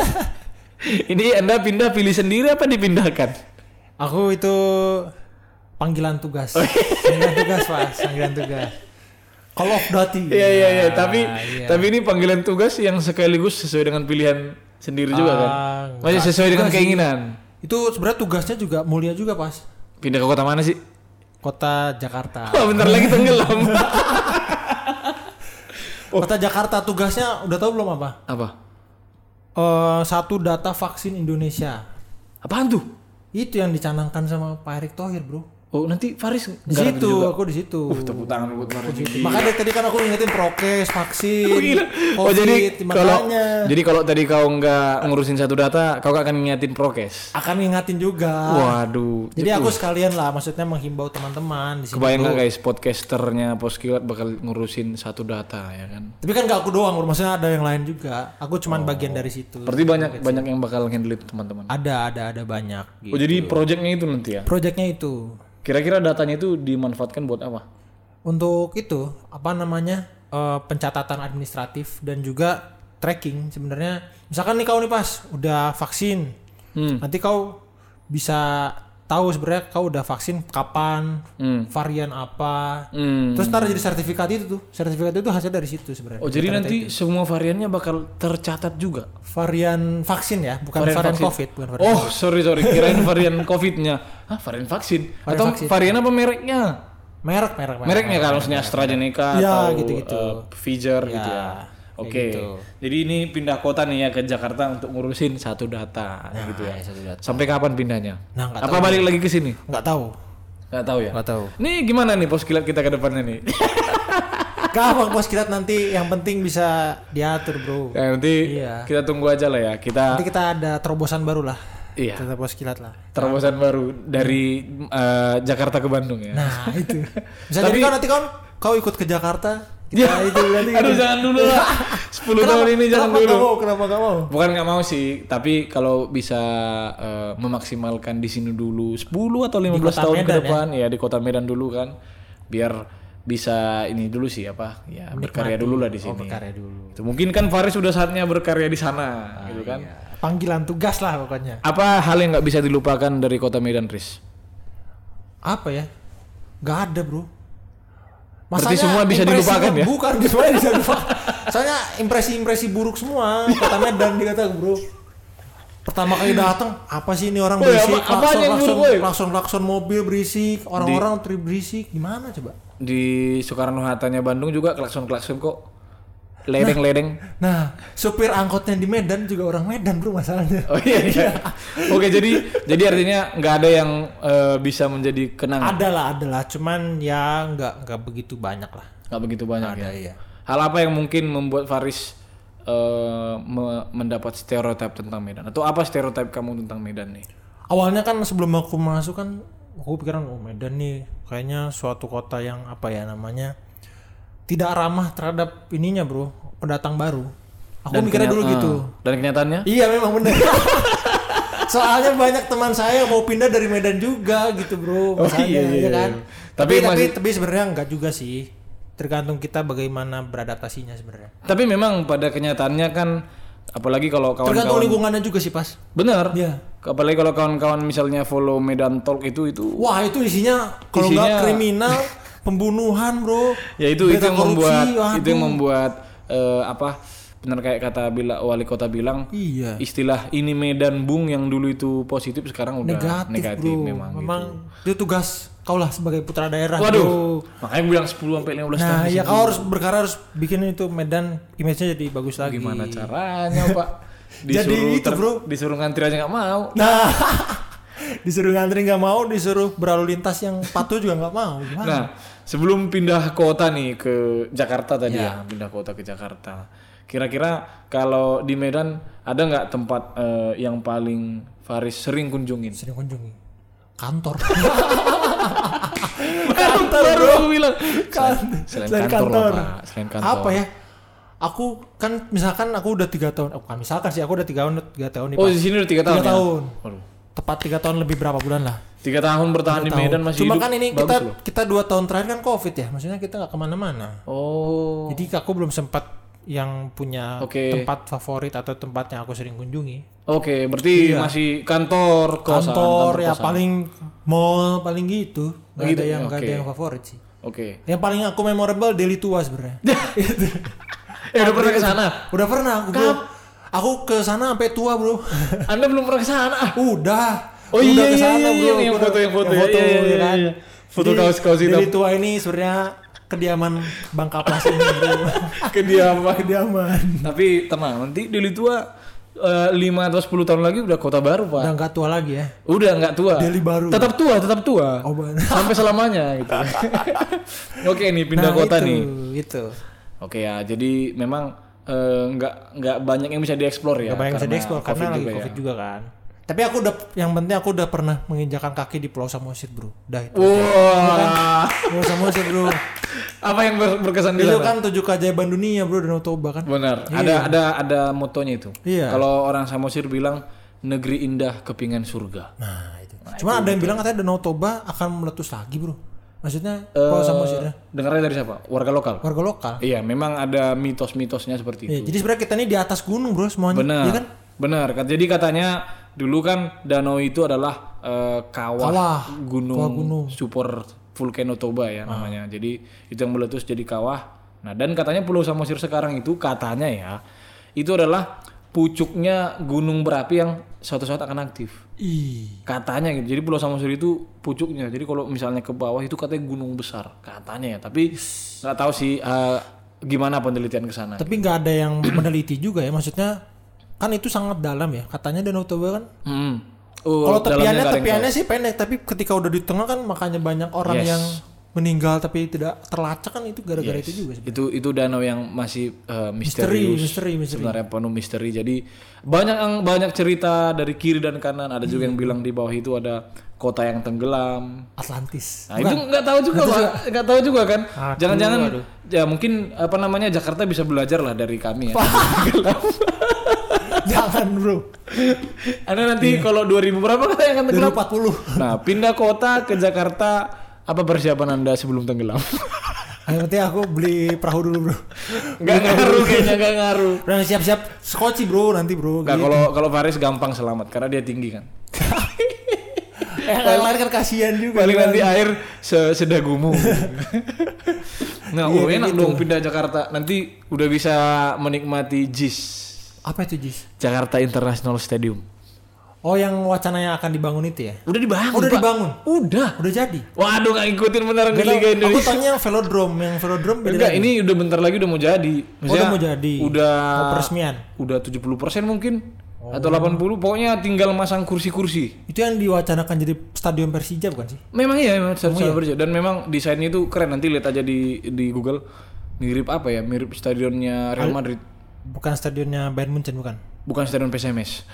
B: ini Anda pindah pilih sendiri apa dipindahkan?
A: Aku itu panggilan tugas.
B: Oh, iya.
A: panggilan tugas, Pak. Panggilan tugas. Call of
B: Iya
A: Duty.
B: iya iya,
A: Nah,
B: tapi tapi ini panggilan tugas yang sekaligus sesuai dengan pilihan sendiri juga kan.
A: Ah,
B: Masih
A: enggak
B: sesuai dengan
A: juga sih.
B: keinginan.
A: Itu sebenarnya tugasnya juga mulia juga, Pas.
B: Pindah ke kota mana sih?
A: Kota Jakarta.
B: Wah, bentar lagi tenggelam.
A: Kota Jakarta tugasnya udah tahu belum apa?
B: apa?
A: Eh, satu data vaksin Indonesia.
B: Apaan tuh?
A: Itu yang dicanangkan sama Pak Erick Thohir, Bro.
B: Oh, nanti Faris
A: Di
B: nggak Uh,
A: situ, aku di situ.
B: tepuk tangan buat Faris.
A: Makanya tadi kan aku ngingetin prokes, vaksin,
B: Oh, gila. Oh,
A: COVID,
B: jadi kalau
A: makanya.
B: jadi kalau tadi kau nggak ngurusin satu data, kau akan ngiatin prokes.
A: akan ngingatin juga.
B: Waduh.
A: Ah. Jadi
B: Itu
A: aku sekalian lah, maksudnya menghimbau teman-teman di sini.
B: uh. kebayang nggak guys podcasternya Poskilat bakal ngurusin satu data ya kan.
A: Tapi kan gak aku doang, Bro. maksudnya ada yang lain juga. Aku
B: Oh.
A: cuman bagian dari situ.
B: Berarti banyak
A: Gitu.
B: banyak yang bakal handle itu teman-teman.
A: Ada, ada, ada banyak.
B: Oh, jadi projectnya itu nanti ya.
A: Proyeknya itu
B: Kira-kira datanya itu dimanfaatkan buat apa?
A: untuk itu apa namanya eh, pencatatan administratif dan juga tracking sebenarnya misalkan nih kau nih pas udah vaksin nanti kau bisa tahu sebenarnya kau udah vaksin kapan varian apa
B: Hmm.
A: terus ntar jadi sertifikat itu tuh sertifikat itu hasil dari situ sebenarnya
B: Oh, jadi nanti semua variannya bakal tercatat juga.
A: varian vaksin ya bukan varian,
B: Varian vaksin.
A: covid bukan varian
B: Oh, sorry sorry, kirain varian COVID-nya. Hah, varian vaksin?
A: Varian
B: Atau
A: vaksin.
B: varian apa mereknya?
A: merek merek merek
B: mereknya kan maksudnya AstraZeneca
A: Ya,
B: atau
A: gitu-gitu.
B: eh, Pfizer
A: Ya,
B: gitu ya.
A: kayak
B: Oke.
A: gitu.
B: Jadi ini pindah kota nih ya ke Jakarta untuk ngurusin satu data gitu ya.
A: ya, satu data.
B: Sampai kapan pindahnya?
A: Nah, nggak
B: Apa balik lagi ke sini?
A: nggak tahu
B: Gak tahu ya.
A: nggak tahu
B: Nih gimana nih pos kilat kita ke depannya nih?
A: gampang bos kita nanti yang penting bisa diatur bro
B: Ya, nanti
A: Iya.
B: kita tunggu aja lah ya. Kita
A: Nanti kita ada terobosan baru lah.
B: iya,
A: Kita bos kilat lah.
B: terobosan baru dari eh, Jakarta ke Bandung ya.
A: Nah, itu. Bisa
B: Tapi-
A: jadi kau nanti kau kau ikut ke Jakarta. Kita
B: Ya.
A: itu nanti.
B: Aduh jangan dulu lah. 10 tahun ini jangan
A: kenapa
B: dulu.
A: Kamu, kenapa gak mau?
B: Bukan nggak mau sih, tapi kalau bisa eh, memaksimalkan di sini dulu 10 atau 15
A: kota
B: tahun
A: Medan
B: ke depan ya. di kota Medan dulu kan biar bisa ini dulu sih apa ya berkarya dulu lah di sini.
A: Karya dulu.
B: Itu mungkin kan Faris sudah saatnya berkarya di sana gitu kan.
A: Panggilan tugas lah pokoknya.
B: Apa hal yang nggak bisa dilupakan dari kota Medan, Riz?
A: Apa ya? Gak ada bro.
B: Berarti semua bisa
A: impresi-
B: dilupakan ya?
A: Bukan, semuanya bisa dilupakan. Soalnya impresi-impresi buruk semua. Kota Medan dikata bro. Pertama kali datang, apa sih ini orang
B: Woi,
A: berisik?
B: apa- apaan yang buruk, woi?
A: klakson, klakson mobil berisik, orang-orang tri berisik, gimana coba?
B: Di Soekarno Hattanya Bandung juga klakson-klakson kok ledeng-ledeng.
A: Nah, supir angkotnya di Medan juga orang Medan bro masalahnya.
B: Oh iya iya. Oke, jadi jadi artinya nggak ada yang eh, bisa menjadi kenangan.
A: Ada lah, ada lah. Cuman ya nggak nggak begitu banyak lah.
B: nggak begitu banyak ya.
A: iya.
B: Hal apa yang mungkin membuat Faris eh, me- mendapat stereotip tentang Medan? Atau apa stereotip kamu tentang Medan nih?
A: Awalnya kan sebelum aku masuk kan, aku pikiran oh Medan nih kayaknya suatu kota yang apa ya namanya tidak ramah terhadap ininya bro pendatang baru. Aku mikirnya dulu
B: kenyata-
A: gitu.
B: Ah, Dan kenyataannya?
A: Iya memang bener. Soalnya banyak teman saya yang mau pindah dari Medan juga gitu bro.
B: Oh,
A: Makanya,
B: iya, iya,
A: ya kan.
B: iya.
A: Tapi
B: Tapi
A: tapi,
B: masih-
A: tapi sebenarnya enggak juga sih. Tergantung kita bagaimana beradaptasinya sebenarnya.
B: Tapi memang pada kenyataannya kan apalagi kalau
A: Tergantung
B: kawan-kawan
A: lingkungannya juga sih pas.
B: Bener.
A: Iya.
B: Apalagi kalau kawan-kawan misalnya follow Medan Talk itu itu
A: Wah itu isinya kalau nggak
B: Isinya-
A: kriminal, pembunuhan bro.
B: ya itu itu
A: Berita
B: yang
A: korupsi,
B: membuat
A: waduh.
B: itu yang membuat eh, apa bener kayak kata bila wali kota bilang
A: Iya.
B: istilah ini Medan Bung yang dulu itu positif sekarang udah
A: Negatif,
B: negatif,
A: bro.
B: memang,
A: Memang
B: gitu.
A: itu tugas kau lah sebagai putra daerah.
B: Waduh,
A: bro.
B: makanya gue bilang 10 sampai 15 tahun.
A: Nah,
B: di
A: ya
B: situ.
A: kau harus berkarya harus bikin itu Medan image-nya jadi bagus lagi.
B: gimana caranya, Pak?
A: iya. Jadi itu,
B: ter-
A: bro.
B: Disuruh ngantri aja nggak mau.
A: Nah, disuruh ngantri nggak mau, disuruh berlalu lintas yang patuh juga nggak mau. Gimana?
B: Nah, sebelum pindah kota nih ke Jakarta tadi ya,
A: Iya.
B: pindah kota ke Jakarta. Kira-kira kalau di Medan ada nggak tempat eh, yang paling Faris sering kunjungin?
A: Sering kunjungi kantor.
B: Kantor baru aku bilang.
A: Kan-
B: Selain,
A: selain
B: selain kantor,
A: kantor.
B: Lah, Pak. Selain kantor.
A: Apa ya? Aku kan misalkan aku udah tiga tahun, oh, bukan misalkan sih aku udah tiga tahun, tiga tahun nih.
B: Oh
A: Pak.
B: di sini udah tiga tahun.
A: Tiga
B: ya?
A: tahun.
B: Waduh.
A: Tepat tiga tahun lebih berapa bulan lah.
B: Tiga tahun bertahan di
A: Tahu.
B: Medan masih
A: Cuma
B: hidup,
A: kan ini
B: bagus
A: kita
B: loh.
A: kita dua tahun terakhir kan covid ya, maksudnya kita nggak kemana-mana.
B: Oh.
A: Jadi aku belum sempat yang punya
B: Oke.
A: tempat favorit atau tempat yang aku sering kunjungi.
B: Oke, berarti masih kantor, kosan,
A: Iya. kantor ya
B: kosan.
A: paling mall paling gitu. Gak
B: Gitu,
A: ada yang gak ada
B: oke.
A: yang favorit sih.
B: Oke.
A: Yang paling aku memorable Deli Tua sebenarnya. Itu.
B: Eh, udah pernah ke sana?
A: Udah pernah aku bro. Aku ke sana sampai tua bro.
B: Anda belum pernah ke sana? ah.
A: Udah.
B: Oh
A: udah
B: iya, iya,
A: kesana,
B: iya, iya,
A: bro.
B: yang
A: Udah-
B: foto, yang foto, iya,
A: ya
B: iya, iya,
A: kan?
B: iya. Foto
A: Jadi,
B: kaos-kaos hitam.
A: Deli Tua ini sebenarnya kediaman Bang Kaplas ini bro.
B: Kediaman.
A: kediaman.
B: Tapi tenang, nanti Deli tua eh, 5 atau 10 tahun lagi udah kota baru, Pak.
A: Udah nggak tua lagi ya.
B: Udah nggak tua.
A: Deli baru.
B: Tetap tua, tetap tua.
A: Oh, bener.
B: Sampai selamanya gitu. Oke nih pindah
A: Nah,
B: kota
A: itu,
B: nih.
A: Itu.
B: Oke ya, jadi memang eh, nggak nggak banyak yang bisa dieksplor ya.
A: Gak banyak bisa
B: karena
A: diekspor karena
B: juga
A: lagi
B: ya.
A: covid juga kan. Tapi aku udah yang penting aku udah pernah menginjakan kaki di Pulau Samosir bro. Dah itu.
B: Wah.
A: Pulau Samosir bro.
B: Apa yang ber- berkesan di
A: itu
B: sana?
A: kan tujuh keajaiban dunia bro Danau Toba kan.
B: Benar. Ada ada ada motonya itu.
A: Iya.
B: Kalau orang Samosir bilang negeri indah kepingan surga.
A: Nah itu. Cuman ada yang bilang katanya Danau Toba akan meletus lagi bro. Maksudnya Pulau Samosirnya
B: Dengarnya dari siapa? Warga lokal.
A: warga lokal.
B: Iya, memang ada mitos-mitosnya seperti
A: Iya,
B: itu.
A: jadi sebenarnya kita ini di atas gunung bro semuanya.
B: Benar.
A: Iya kan?
B: Benar. Kat- Jadi katanya dulu kan danau itu adalah eh, kawah,
A: Kawah.
B: gunung,
A: Kawah gunung. Ah.
B: super volcano Toba ya namanya. Jadi itu yang meletus jadi kawah. Nah, dan katanya Pulau Samosir sekarang itu katanya ya, itu adalah pucuknya gunung berapi yang suatu saat akan aktif.
A: Ih.
B: Katanya gitu. Jadi Pulau Samosir itu pucuknya. Jadi kalau misalnya ke bawah itu katanya gunung besar, katanya ya. Tapi nggak tahu sih eh, gimana penelitian ke sana.
A: Tapi nggak ada yang meneliti juga ya maksudnya kan itu sangat dalam ya katanya Danau Toba kan
B: Hmm. Oh, dalamnya
A: Kalau tepiannya
B: nggak ada yang
A: tepiannya sih pendek, tapi ketika udah di tengah kan makanya banyak orang
B: Yes.
A: yang meninggal tapi tidak terlacak kan itu gara-gara itu juga. sebenarnya.
B: itu itu danau yang masih eh,
A: Misteri,
B: misterius
A: misteri, misteri.
B: sebenarnya penuh misteri jadi banyak yang banyak cerita dari kiri dan kanan ada juga
A: Hmm.
B: yang bilang di bawah itu ada kota yang tenggelam
A: Atlantis.
B: nah itu nggak tahu juga pak nggak tahu juga kan
A: Aduh,
B: jangan-jangan
A: aduh.
B: ya mungkin apa namanya Jakarta bisa belajar lah dari kami ya
A: Jangan bro.
B: anda nanti kalau 2000 berapa kata yang akan
A: Dari
B: tenggelam
A: 40.
B: nah pindah kota ke Jakarta apa persiapan anda sebelum tenggelam
A: Yang penting aku beli perahu dulu bro.
B: nggak ngaruh kayaknya nggak ngaruh
A: Udah siap-siap skoci bro nanti bro.
B: Nggak,
A: Gitu.
B: kalau kalau Faris gampang selamat karena dia tinggi kan.
A: Eh, yang lain kan kasihan juga.
B: Paling
A: kan.
B: nanti air se- sedagumu. nah, oh, enak dong pindah Jakarta. Nanti udah bisa menikmati JIS,
A: Apa itu Jis?
B: Jakarta International Stadium.
A: Oh yang wacananya akan dibangun itu ya?
B: Udah dibangun.
A: Oh, udah
B: Pak.
A: dibangun?
B: Udah.
A: Udah jadi.
B: Waduh, nggak ngikutin beneran di
A: Nggak tahu,
B: Liga
A: aku
B: Indonesia.
A: tanya yang velodrome, yang velodrome beda
B: Enggak,
A: lagi.
B: ini udah bentar lagi udah mau jadi.
A: Oh,
B: Maksudnya
A: udah mau jadi.
B: Udah
A: Oh, peresmian. Oh.
B: udah 70% mungkin atau 80 pokoknya tinggal masang kursi-kursi.
A: Itu yang diwacanakan jadi stadion Persija bukan sih?
B: Memang iya, memang Stadion Sahabat Bersih. dan memang desainnya itu keren. Nanti lihat aja di di Google mirip apa ya? Mirip stadionnya Real Madrid,
A: Bukan stadionnya Bayern Munchen bukan?
B: bukan stadion PSMS.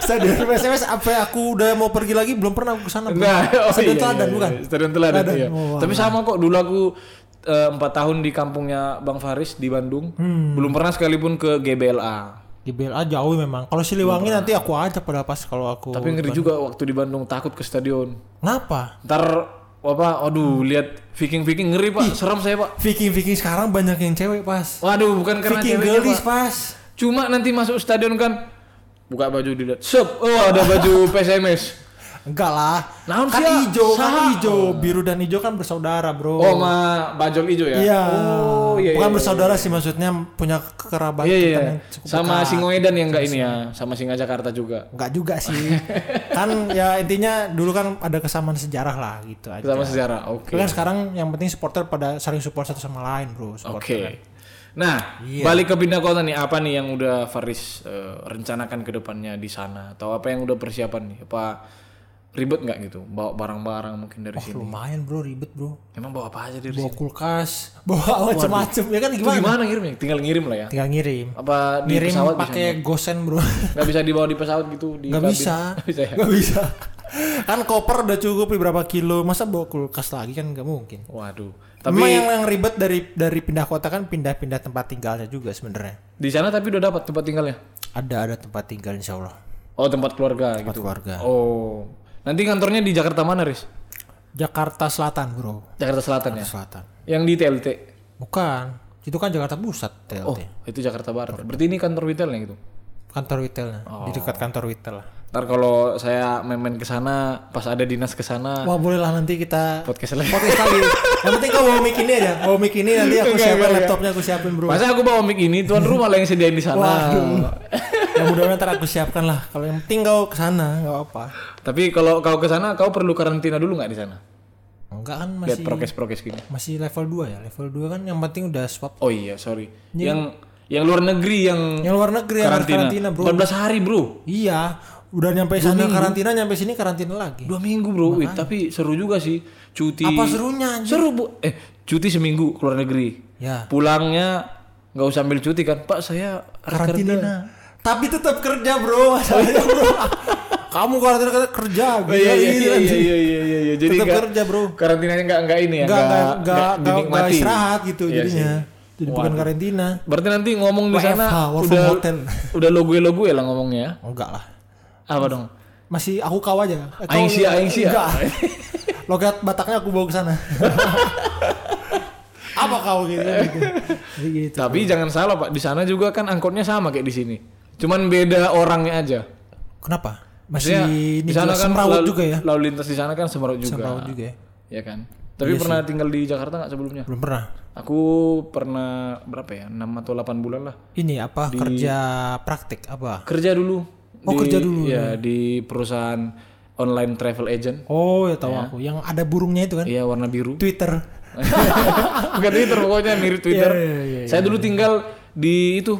A: Stadion PSMS apa ya? aku udah mau pergi lagi belum pernah aku kesana.
B: Nah,
A: Bro.
B: oh
A: Stadion
B: iya,
A: Teladan
B: iya,
A: bukan?
B: iya. Stadion Teladan,
A: Teladan,
B: iya.
A: oh,
B: Tapi sama kok dulu aku eh, empat tahun di kampungnya Bang Faris di Bandung,
A: Hmm.
B: belum pernah sekalipun ke GBLA.
A: Di BLA jauh memang. Kalau Siliwangi nanti aku aja pada pas kalau aku.
B: Tapi ngeri juga waktu di Bandung takut ke stadion.
A: Kenapa?
B: Ntar apa? Aduh, lihat Viking-Viking ngeri pak, serem saya pak.
A: Viking-viking sekarang banyak yang cewek pas.
B: Waduh, bukan karena
A: Viking
B: ceweknya,
A: girlies
B: Pak.
A: pas. Iya.
B: Cuma nanti masuk stadion kan buka baju dilihat. Sep, oh ada baju PSMS.
A: Enggak lah.
B: Naon sih,
A: kan
B: ya?
A: hijau, kan
B: Saha?
A: hijau. Biru dan hijau kan bersaudara, Bro.
B: Oh, sama bajol ijo ya?
A: Iya.
B: Oh, iya.
A: Bukan
B: iya,
A: bersaudara sih maksudnya punya kerabat
B: Iya, iya.
A: kita
B: iya.
A: yang cukup
B: Sama
A: dekat.
B: Singoedan yang enggak ini ya, sama Singa Jakarta juga.
A: Enggak juga sih. kan ya intinya dulu kan ada kesamaan sejarah lah gitu aja.
B: Sama sejarah. Oke.
A: Kan sekarang yang penting supporter pada saling support satu sama lain, Bro.
B: Oke.
A: supporter.
B: Nah,
A: Iya.
B: balik ke pindah kota nih, apa nih yang udah Faris eh, rencanakan ke depannya di sana? Atau apa yang udah persiapan nih? Apa ribet nggak gitu? Bawa barang-barang mungkin dari sini.
A: Lumayan, Bro, ribet, Bro.
B: Emang bawa apa aja dari
A: Bawa
B: sini?
A: kulkas, bawa macam-macam ya kan
B: Itu
A: gimana?
B: gimana ngirimnya? Tinggal ngirim lah ya.
A: Tinggal ngirim.
B: Apa di
A: Ngirim
B: pesawat bisa?
A: pakai gosen, Bro.
B: Nggak bisa dibawa di pesawat gitu? Di
A: Nggak
B: kabin?
A: bisa.
B: Nggak bisa ya?
A: Nggak bisa. kan koper udah cukup di berapa kilo, masa bawa kulkas lagi kan nggak mungkin.
B: Waduh.
A: Tapi
B: Tapi
A: yang, yang ribet dari dari pindah kota kan pindah-pindah tempat tinggalnya juga sebenarnya.
B: di sana tapi udah dapat tempat tinggalnya?
A: Ada ada tempat tinggal insya Allah
B: Oh tempat keluarga
A: tempat
B: gitu.
A: keluarga.
B: Oh. Nanti kantornya di Jakarta mana, Riz?
A: Jakarta Selatan bro,
B: Jakarta Selatan ya.
A: Selatan.
B: Yang di TLT.
A: Bukan, itu kan Jakarta Pusat TLT.
B: Oh, itu Jakarta Barat. Berarti ini kantor retailnya gitu.
A: Kantor Witelnya,
B: Oh.
A: di dekat kantor Witel. lah.
B: Ntar kalau saya main-main ke sana, pas ada dinas ke sana,
A: Wah bolehlah nanti kita
B: podcast lagi.
A: podcast lagi. yang penting kau bawa mic ini aja, bawa mic ini nanti aku
B: Enggak,
A: siapin
B: enggak,
A: laptopnya aku siapin bro.
B: Masa aku bawa mic ini, tuan rumah lah yang sediain di sana.
A: Waduh. ya mudah-mudahan ntar aku siapkan lah. Kalau yang penting kau kesana nggak apa.
B: Tapi kalau kau ke sana, kau perlu karantina dulu nggak di sana?
A: Enggak kan
B: Lihat
A: masih
B: prokes-prokes gini.
A: masih level 2 ya. Level 2 kan yang penting udah swab.
B: Oh iya, sorry. Yang yang luar negeri yang,
A: Yang luar negeri yang harus karantina bro.
B: 14 hari, Bro.
A: Iya, udah nyampe sana karantina, nyampe sini karantina lagi.
B: Dua minggu, Bro. Wih, tapi seru juga sih. Cuti.
A: Apa serunya? anjing?
B: Seru, Bu. Eh, cuti seminggu ke luar negeri.
A: Ya,
B: Pulangnya nggak usah ambil cuti kan? Pak, saya karantina.
A: karantina. Tapi tetap kerja bro, masalahnya bro. Kamu karantina kerja, kerja
B: Oh, iya, iya,
A: gitu,
B: iya, iya,
A: anjing.
B: iya, iya, iya, iya. Jadi
A: Tetap
B: nggak-
A: kerja bro.
B: karantinanya nggak nggak ini ya?
A: Enggak enggak enggak enggak
B: dinikmati.
A: istirahat gitu
B: Iya
A: jadinya.
B: sih.
A: Jadi bukan karantina.
B: Berarti nanti ngomong di
A: WFH,
B: sana
A: work from
B: udah
A: hotel.
B: udah logo-logo ya lah ngomongnya.
A: Enggak lah.
B: Apa dong?
A: Masih aku kau aja. Eh, kau-
B: Aing sia, aing sia.
A: Enggak. Logat Bataknya aku bawa ke sana. Apa kau gitu gitu. Jadi gitu.
B: Tapi jangan salah Pak, di sana juga kan angkotnya sama kayak di sini. Cuman beda orangnya aja.
A: Kenapa? Masih
B: Maksudnya kan
A: ini juga semrawut
B: lalu,
A: juga ya.
B: Lalu lintas di sana kan semrawut juga.
A: Semrawut Iya juga ya.
B: Ya kan. Tapi pernah tinggal di Jakarta nggak sebelumnya?
A: Belum pernah.
B: Aku pernah berapa ya? 6 atau 8 bulan lah.
A: Ini apa kerja praktik apa?
B: Kerja dulu.
A: Oh, kerja dulu,
B: Ya, di perusahaan online travel agent.
A: Oh ya tahu aku. Yang ada burungnya itu kan?
B: Iya, warna biru.
A: Twitter.
B: Bukan Twitter pokoknya mirip Twitter.
A: Iya, iya, iya,
B: Saya dulu tinggal di itu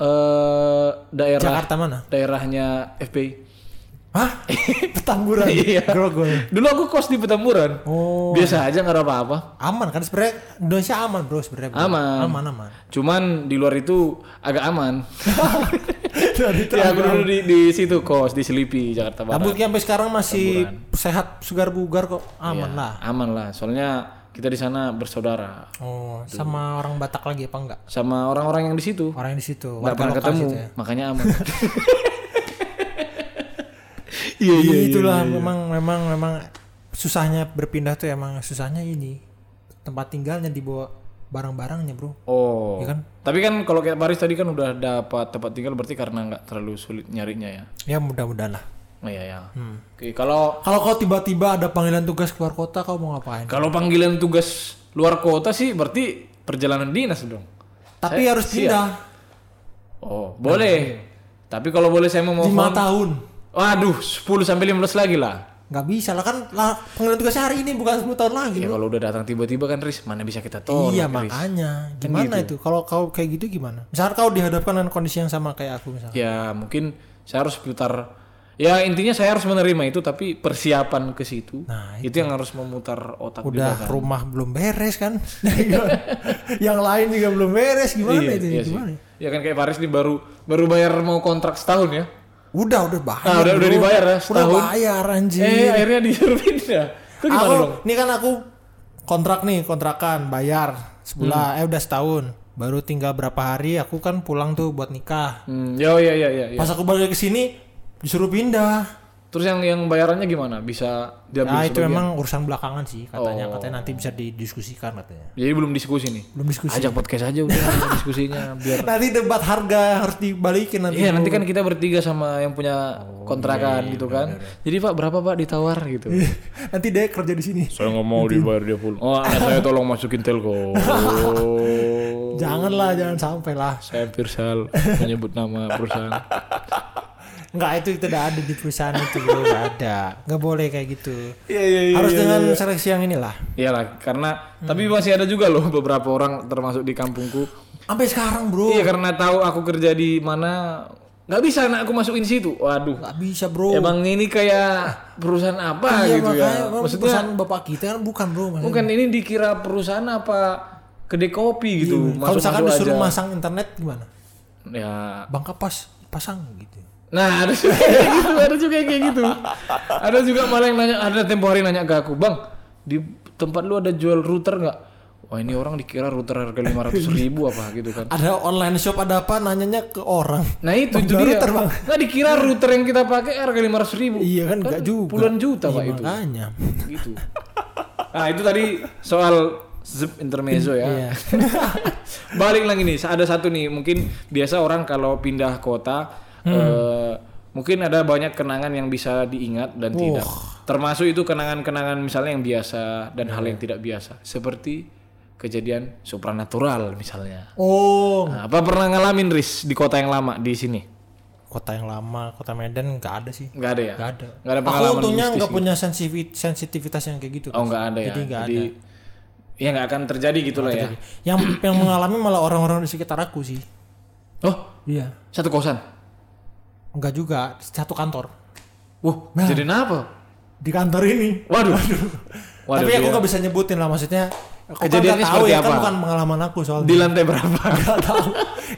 B: eh daerah
A: Jakarta mana?
B: daerahnya FPI.
A: Hah? Petamburan.
B: Iya.
A: Grogol.
B: Dulu aku kos di Petamburan.
A: Oh.
B: Biasa aja nggak ada apa-apa.
A: Aman kan sebenarnya Indonesia aman bro sebenarnya. bro.
B: Aman.
A: Aman aman.
B: Cuman di luar itu agak aman.
A: Dari
B: ya, aku dulu di, di situ kos di Selipi Jakarta Barat.
A: Rambutnya sampai sekarang masih sehat sugar bugar kok aman lah.
B: Aman lah. Soalnya kita di sana bersaudara
A: Oh, sama orang Batak lagi apa enggak?
B: sama orang-orang yang di situ.
A: Orang yang di
B: Nggak
A: situ, Oh, warga
B: pernah
A: lokal
B: ketemu,
A: situ ya.
B: makanya aman. Iya iya.
A: Itulah memang memang memang susahnya berpindah tuh emang susahnya ini. Tempat tinggalnya dibawa barang-barangnya, Bro.
B: Oh.
A: Iya kan?
B: Tapi kan kalau kayak Paris tadi kan udah dapat tempat tinggal berarti karena nggak terlalu sulit nyarinya ya.
A: Ya mudah-mudahan lah.
B: Oh, iya ya.
A: Hmm.
B: Oke, kalau
A: Kalau kau tiba-tiba ada panggilan tugas keluar kota, kau mau ngapain?
B: kalau panggilan tugas luar kota sih berarti perjalanan dinas dong.
A: Tapi harus pindah
B: Oh, boleh. Tapi kalau boleh saya mau
A: lima
B: mohon.
A: tahun.
B: Waduh, 10 sampai 15 lagi lah.
A: Nggak bisa lah kan lah, panggilan tugasnya hari ini bukan 10 tahun lagi.
B: Ya
A: Bro.
B: kalau udah datang tiba-tiba kan Riz, mana bisa kita tolak.
A: Iya
B: Riz? Kan
A: makanya
B: gitu
A: gimana
B: ya?
A: itu kalau kau kayak gitu gimana? Misalkan kau dihadapkan dengan kondisi yang sama kayak aku misalnya.
B: Ya, mungkin saya harus putar Ya intinya saya harus menerima itu tapi persiapan ke situ.
A: Nah,
B: itu. yang harus memutar otak juga
A: Udah
B: kan.
A: rumah belum beres kan? yang lain juga belum beres gimana itu?
B: iya sih.
A: gimana?
B: Ya kan kayak Paris nih baru baru bayar mau kontrak setahun ya.
A: Udah udah bayar.
B: Ah, udah- udah
A: bro.
B: dibayar ya,
A: Udah
B: setahun.
A: bayar anjir.
B: Eh akhirnya disuruh pindah. Itu gimana
A: aku,
B: dong?
A: ini kan aku kontrak nih, kontrakan bayar
B: Hmm.
A: sebulan eh udah setahun. Baru tinggal berapa hari aku kan pulang tuh buat nikah.
B: Hmm, ya ya ya ya. ya.
A: Pas aku balik ke sini disuruh pindah.
B: Terus yang yang bayarannya gimana? Bisa diambil
A: Nah, itu
B: sebagian?
A: memang urusan belakangan sih
B: Iya,
A: katanya.
B: Oh.
A: Katanya nanti bisa didiskusikan katanya.
B: Jadi belum diskusi nih.
A: Belum diskusi.
B: Ajak podcast aja udah diskusinya biar
A: Nanti debat harga harus dibalikin nanti. Oh, iya,
B: Iya nanti kan kita bertiga sama yang punya kontrakan gitu kan. Jadi Pak berapa Pak ditawar gitu.
A: nanti dia kerja di sini.
B: saya nggak mau dibayar dia full. Oh anak saya tolong masukin telco.
A: Janganlah, jangan sampai lah.
B: saya Firsal menyebut nama perusahaan.
A: Enggak itu tidak ada di perusahaan itu bro, nggak ada. Nggak boleh kayak gitu.
B: Iya iya
A: Harus dengan seleksi yang inilah.
B: Iyalah karena tapi
A: Hmm.
B: masih ada juga loh beberapa orang termasuk di kampungku.
A: Sampai sekarang bro,
B: Iya karena tahu aku kerja di mana nggak bisa anak aku masukin situ. Waduh.
A: nggak bisa bro.
B: Emang ini kayak perusahaan apa
A: Oh. Iya,
B: Iya, gitu
A: makanya
B: ya?
A: bro,
B: Maksudnya
A: perusahaan bapak kita kan bukan bro. maksudnya.
B: bukan ini dikira perusahaan apa kedai kopi gitu.
A: Iya, Kalau misalkan
B: Masuk-masuk
A: disuruh
B: aja.
A: masang internet gimana?
B: Ya.
A: Bangka pas pasang gitu.
B: Nah, ada juga kayak gitu, ada juga yang kayak gitu. Ada juga malah yang nanya, ada tempo hari nanya ke aku, "Bang, di tempat lu ada jual router nggak?" Wah, ini orang dikira router harga 500 ribu apa gitu kan.
A: Ada online shop ada apa nanyanya ke orang.
B: Nah itu, itu
A: jual
B: dia.
A: router, Bang.
B: Nggak dikira router yang kita pakai harga 500 ribu.
A: Iya kan enggak juga.
B: Puluhan juta,
A: Iya,
B: Pak, itu.
A: Makanya.
B: gitu. Nah itu tadi soal zip intermezzo ya.
A: Iya.
B: Balik lagi nih, ada satu nih mungkin biasa orang kalau pindah kota
A: Hmm.
B: eh, mungkin ada banyak kenangan yang bisa diingat dan tidak. Termasuk itu kenangan-kenangan misalnya yang biasa dan hal yang tidak biasa seperti kejadian supranatural misalnya.
A: Oh,
B: Nah, apa pernah ngalamin Riz di kota yang lama di sini?
A: kota yang lama, kota Medan nggak ada sih.
B: Nggak ada ya?
A: Nggak ada.
B: Nggak ada
A: Aku
B: pengalaman
A: untungnya
B: mistis
A: nggak
B: gitu?
A: punya sensivi- sensitivitas yang kayak gitu.
B: Oh nggak ada ya.
A: Jadi nggak
B: Jadi ya nggak akan terjadi gitu lah ya.
A: Yang yang mengalami malah orang-orang di sekitar aku sih.
B: Oh
A: Iya.
B: satu kosan.
A: Enggak juga, satu kantor.
B: Wah
A: Nah.
B: jadi apa?
A: Di kantor ini.
B: Waduh. Waduh,
A: Tapi aku
B: dia-
A: nggak bisa nyebutin lah maksudnya. Aku
B: Kejadiannya
A: kan nggak tahu
B: seperti
A: ya kan
B: apa?
A: bukan pengalaman aku soalnya.
B: Di lantai berapa?
A: Nggak tahu.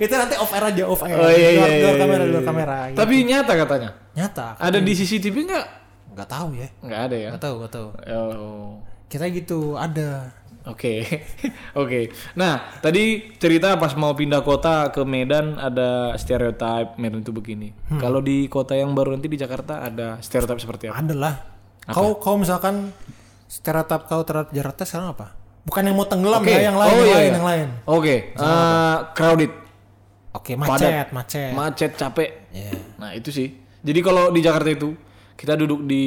A: Itu nanti off air aja, off air.
B: Oh, iya,
A: Di luar,
B: iya,
A: di luar
B: iya,
A: kamera,
B: iya,
A: di luar
B: iya.
A: kamera. Hmm. gitu.
B: Tapi nyata katanya.
A: nyata.
B: Ada di CCTV nggak?
A: Nggak tahu ya.
B: Nggak ada ya.
A: Nggak tahu, nggak tahu.
B: Oh.
A: Kita gitu ada.
B: Oke, oke. Nah, tadi cerita pas mau pindah kota ke Medan ada stereotip Medan itu begini.
A: Hmm.
B: Kalau di kota yang baru nanti di Jakarta ada stereotip seperti apa?
A: Ada lah. Kau kau misalkan stereotip kau terhadap Jakarta sekarang apa? Bukan yang mau tenggelam
B: Oke.
A: ya, yang lain,
B: Oh,
A: yang
B: iya,
A: lain,
B: iya.
A: yang lain.
B: Oke, eh, crowded,
A: Oke, macet,
B: Padat.
A: macet.
B: macet, capek.
A: Iya.
B: Nah itu sih. Jadi kalau di Jakarta itu kita duduk di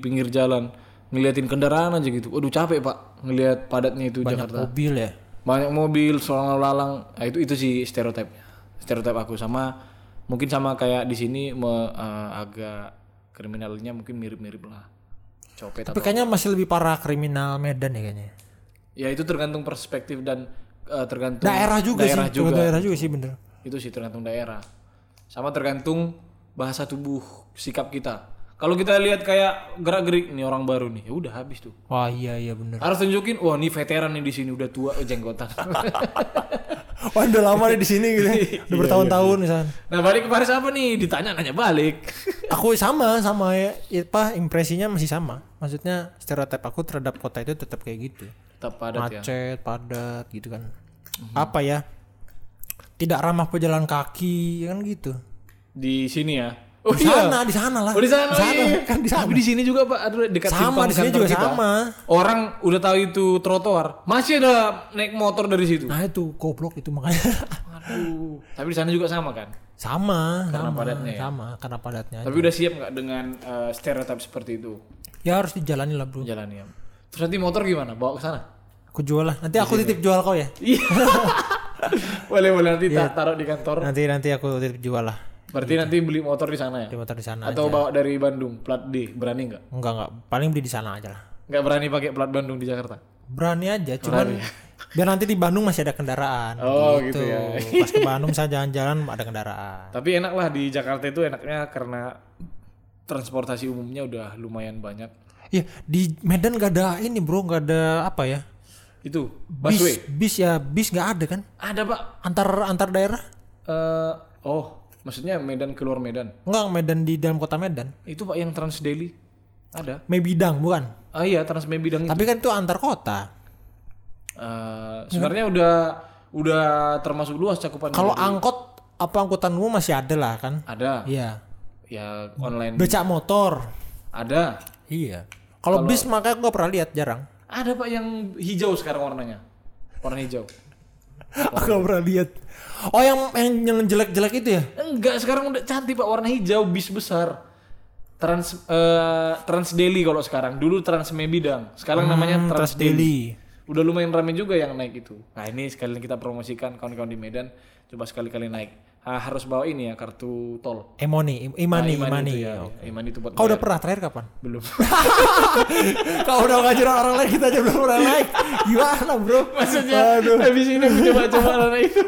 B: pinggir jalan ngeliatin kendaraan aja gitu. Waduh capek pak ngelihat padatnya itu Jakarta.
A: Mobil ya.
B: Banyak mobil soal lalang. Nah, itu itu sih stereotipnya. Stereotip aku sama mungkin sama kayak di sini me- eh, agak kriminalnya mungkin mirip-mirip lah. Copet
A: Tapi kayaknya masih lebih parah kriminal Medan ya kayaknya.
B: Ya itu tergantung perspektif dan eh, tergantung
A: Daerah juga
B: daerah
A: sih. Daerah juga sih bener.
B: itu sih tergantung daerah sama tergantung bahasa tubuh sikap kita kalau kita lihat kayak gerak gerik nih orang baru nih ya udah habis tuh
A: Wah iya iya bener.
B: harus tunjukin wah nih veteran nih di sini udah tua eh, jenggotan
A: Wah udah lama nih di sini gitu.
B: Iya,
A: ya. Udah bertahun-tahun misalnya.
B: nah balik ke Paris apa nih ditanya nanya balik
A: Aku sama sama ya, apa impresinya masih sama. Maksudnya stereotip aku terhadap kota itu tetap kayak gitu.
B: tetap padat ya Mhm.
A: Macet, padat gitu kan. Apa ya? Tidak ramah pejalan kaki kan gitu.
B: di sini ya oh
A: Di
B: iya
A: sana, di sana lah.
B: Oh di sana,
A: Di sana,
B: iya.
A: kan di sana.
B: Tapi di sini juga Pak, aduh dekat simpang
A: Sama, di sini
B: kantor
A: juga sama.
B: Orang udah tahu itu trotoar, masih ada naik motor dari situ.
A: Nah itu goblok itu makanya
B: Aduh. Tapi di sana juga sama kan?
A: sama
B: Karena
A: sama,
B: padatnya ya?
A: sama karena padatnya. aja.
B: Tapi udah siap nggak dengan eh, stereotip seperti itu?
A: Ya harus dijalani lah bro.
B: jalan ya. Terus nanti motor gimana? Bawa ke sana?
A: Aku jual lah. Nanti aku titip jual kau ya.
B: Iya. boleh boleh nanti ta- taruh di kantor.
A: Nanti nanti aku titip jual lah.
B: Berarti nanti beli motor di sana ya?
A: Di motor di sana.
B: Atau bawa dari Bandung plat D berani nggak?
A: Enggak enggak, paling beli di sana aja lah.
B: Nggak berani pakai plat Bandung di Jakarta.
A: Berani aja, cuman biar nanti di Bandung masih ada kendaraan.
B: Oh, gitu ya.
A: Pas ke Bandung saya jalan-jalan ada kendaraan.
B: Tapi enak lah di Jakarta itu enaknya karena transportasi umumnya udah lumayan banyak.
A: Iya, di Medan gak ada ini, Bro, gak ada apa ya?
B: Itu
A: Bis,
B: busway.
A: bis ya, bis gak ada kan?
B: Ada pak.
A: Antar antar daerah?
B: Eh, oh maksudnya Medan keluar Medan.
A: Enggak, Medan di dalam kota Medan.
B: Itu pak yang Trans Daily ada.
A: Mebidang bukan?
B: Ah iya Trans Mebidang
A: Tapi kan itu antar kota.
B: Eh, sebenarnya udah udah termasuk luas cakupannya.
A: Kalau angkot apa angkutan umum masih ada lah kan?
B: ada
A: Iya.
B: ya online
A: Becak motor.
B: Ada.
A: Iya. Kalau bis makanya aku nggak pernah lihat jarang.
B: Ada Pak yang hijau sekarang warnanya. Warna hijau.
A: Aku nggak pernah lihat. Oh yang yang, yang jelek-jelek itu ya?
B: Enggak, sekarang udah cantik Pak warna hijau bis besar. Trans eh, Trans Daily kalau sekarang. Dulu Trans Bidang. Sekarang
A: Hmm,
B: namanya Trans, Daily.
A: Daily.
B: Udah lumayan rame juga yang naik itu. Nah, ini sekalian kita promosikan kawan-kawan di Medan coba sekali-kali naik. Ah, harus bawa ini ya kartu tol.
A: Emoni, Im- Imani,
B: Iman
A: Imani.
B: Ah, itu ya. Iman itu buat
A: Kau udah
B: bayar.
A: pernah terakhir kapan?
B: belum.
A: Kau udah ngajar orang lain kita aja belum pernah naik. Gimana bro?
B: Maksudnya
A: Aduh.
B: habis ini aku coba-coba warna itu.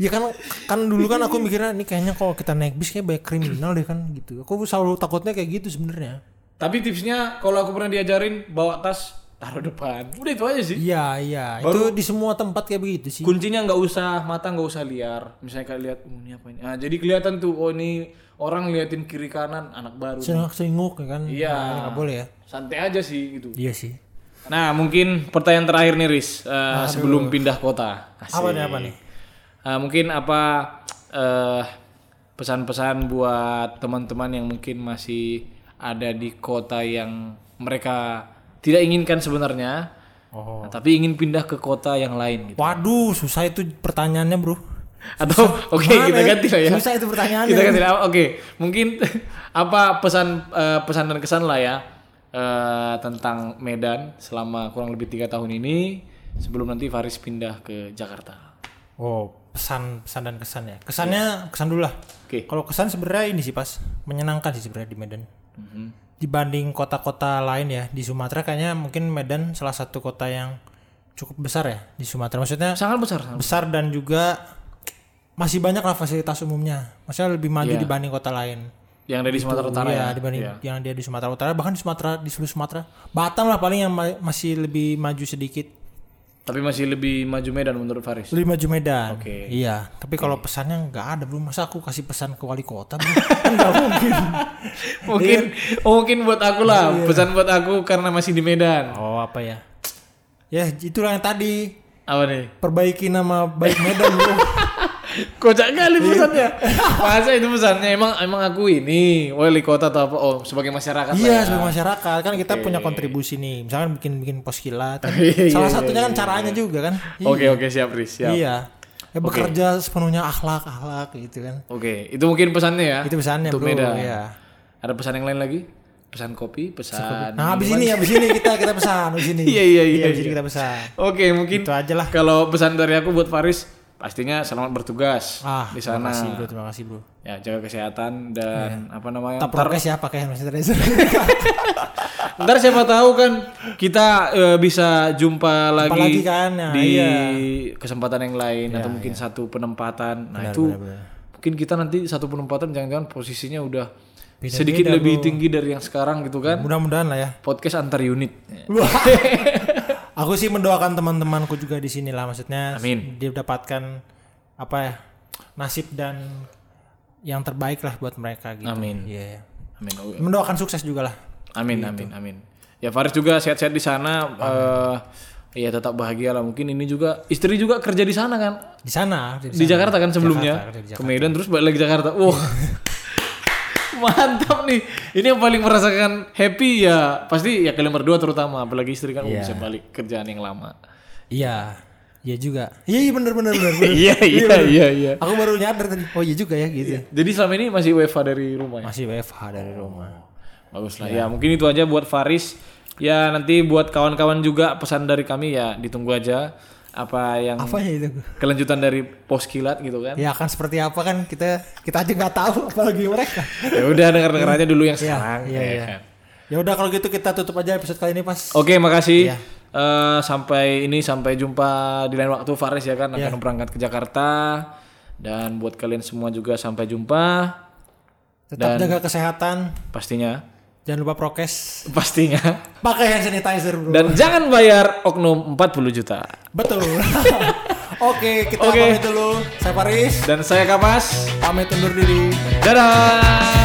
A: Ya kan kan dulu kan aku mikirnya ini kayaknya kalau kita naik bis kayak banyak kriminal deh kan gitu. Aku selalu takutnya kayak gitu sebenarnya.
B: Tapi tipsnya kalau aku pernah diajarin bawa tas taruh depan. Udah itu aja sih.
A: Iya iya.
B: Baru-
A: Itu di semua tempat kayak begitu sih.
B: Kuncinya nggak usah mata nggak usah liar. Misalnya kayak lihat oh, ini apa ini. Ah, jadi kelihatan tuh oh ini orang ngeliatin kiri kanan anak baru.
A: Sengok sengok ya kan.
B: Iya.
A: Nah, nggak boleh ya.
B: Santai aja sih gitu.
A: Iya sih.
B: Nah, mungkin pertanyaan terakhir nih Riz Eh, sebelum pindah kota. Asik.
A: Apa nih apa nih?
B: Eh, mungkin apa eh, pesan-pesan buat teman-teman yang mungkin masih ada di kota yang mereka tidak inginkan sebenarnya,
A: Oh.
B: nah, tapi ingin pindah ke kota yang lain gitu.
A: Waduh susah itu pertanyaannya bro.
B: Atau oke
A: Gimana
B: kita
A: ya?
B: ganti lah ya.
A: Susah itu pertanyaannya.
B: Kita ganti lah. Oke, mungkin apa pesan eh, pesan dan kesan lah ya eh, tentang Medan selama kurang lebih tiga tahun ini sebelum nanti Faris pindah ke Jakarta.
A: Oh pesan pesan dan kesan ya. Kesannya kesan dulu lah.
B: Iya. Oke.
A: Kalau kesan sebenarnya ini sih pas menyenangkan sih sebenarnya di Medan.
B: Mhm.
A: Dibanding kota-kota lain ya di Sumatera kayaknya mungkin Medan salah satu kota yang cukup besar ya di Sumatera. Maksudnya
B: Sangat besar. sangat
A: besar dan juga masih banyak lah fasilitas umumnya. Maksudnya lebih maju
B: Iya.
A: dibanding kota lain.
B: yang dari Sumatera Utara
A: Iya,
B: ya.
A: dibanding
B: Iya.
A: yang dia di Sumatera Utara bahkan di Sumatera di seluruh Sumatera. Batam lah paling yang ma- masih lebih maju sedikit.
B: Tapi masih lebih maju Medan menurut Faris.
A: Lebih maju Medan.
B: Oke.
A: Iya, tapi kalau pesannya nggak ada bro. Masa aku kasih pesan ke wali kota bro? Kan nggak mungkin.
B: mungkin oh, mungkin buat aku lah,
A: Iya.
B: pesan buat aku karena masih di Medan.
A: Oh apa ya? Ya itulah yang tadi
B: Apa nih?
A: perbaiki nama baik Medan bro.
B: Kocak
A: Iya.
B: kali pesannya. Masa itu pesannya emang emang aku ini wali kota atau apa? Oh, sebagai masyarakat lah ya.
A: iya sebagai masyarakat kan kita punya kontribusi nih. Misalkan bikin bikin pos kilat. kan.
B: Iya, iya,
A: Salah satunya kan
B: iya,
A: caranya juga kan.
B: Oke, oke, siap Riz, siap.
A: Iya. Ya bekerja sepenuhnya akhlak-akhlak gitu kan.
B: Oke, itu mungkin pesannya ya.
A: Itu pesannya
B: Untuk
A: bro.
B: Medan.
A: Iya.
B: Ada pesan yang lain lagi? Pesan kopi, pesan.
A: Nah habis ini habis ini kita kita pesan habis ini.
B: Iya, iya, iya,
A: Habis ini
B: iya.
A: kita pesan.
B: Oke, mungkin
A: Itu aja lah.
B: kalau pesan dari aku buat Faris pastinya selamat bertugas
A: Ah,
B: di sana.
A: Terima kasih bro, terima kasih bro.
B: ya jaga kesehatan dan
A: Iya.
B: apa namanya
A: Tetap prokes ya pakai hand sanitizer.
B: ntar siapa tahu kan kita eh, bisa jumpa lagi,
A: lagi kan, ya,
B: di
A: iya.
B: kesempatan yang lain atau mungkin satu penempatan nah itu
A: benar.
B: mungkin kita nanti satu penempatan jangan-jangan posisinya udah sedikit lebih tinggi dari yang sekarang gitu kan
A: Mudah-mudahan lah ya.
B: podcast antar unit
A: Wah. Aku sih mendoakan teman-temanku juga di sini lah maksudnya
B: Amin.
A: dia mendapatkan apa ya nasib dan yang terbaik lah buat mereka gitu.
B: amin
A: Iya.
B: amin
A: Mendoakan sukses juga lah.
B: amin
A: Gitu.
B: amin amin ya Faris juga sehat-sehat di sana eh, ya tetap bahagia lah mungkin ini juga istri juga kerja di sana kan
A: Di sana.
B: di Jakarta kan sebelumnya
A: Jakarta, Iya. kerja di
B: ke Medan terus balik lagi Jakarta wow mantap nih ini yang paling merasakan happy ya pasti ya kalian berdua terutama apalagi istri kan oh, bisa balik kerjaan yang lama
A: Iya. Iya juga. Iya iya bener bener bener. bener.
B: iya iya iya iya
A: Aku baru nyadar tadi. Oh iya juga ya gitu.
B: jadi selama ini masih WFA dari rumah ya
A: Masih WFH dari rumah.
B: bagus
A: Iya.
B: lah ya mungkin itu aja buat Faris ya nanti buat kawan-kawan juga pesan dari kami ya ditunggu aja apa yang
A: Apa ya itu?
B: kelanjutan dari pos kilat gitu kan
A: Ya akan seperti apa kan kita kita aja nggak tahu apalagi mereka.
B: ya udah denger denger aja dulu yang sekarang
A: iya,
B: ya
A: iya.
B: kan.
A: Ya udah kalau gitu kita tutup aja episode kali ini pas.
B: Oke, makasih.
A: Iya.
B: Eh, sampai ini sampai jumpa di lain waktu Faris ya kan akan berangkat ke Jakarta dan buat kalian semua juga sampai jumpa
A: Tetap jaga kesehatan,
B: pastinya
A: jangan lupa prokes,
B: pastinya
A: pakai hand sanitizer bro.
B: dan jangan bayar oknum 40 juta.
A: Betul. Oke kita
B: Oke.
A: pamit dulu. Saya Paris
B: Dan saya Kapas.
A: pamit undur diri.
B: Dadah.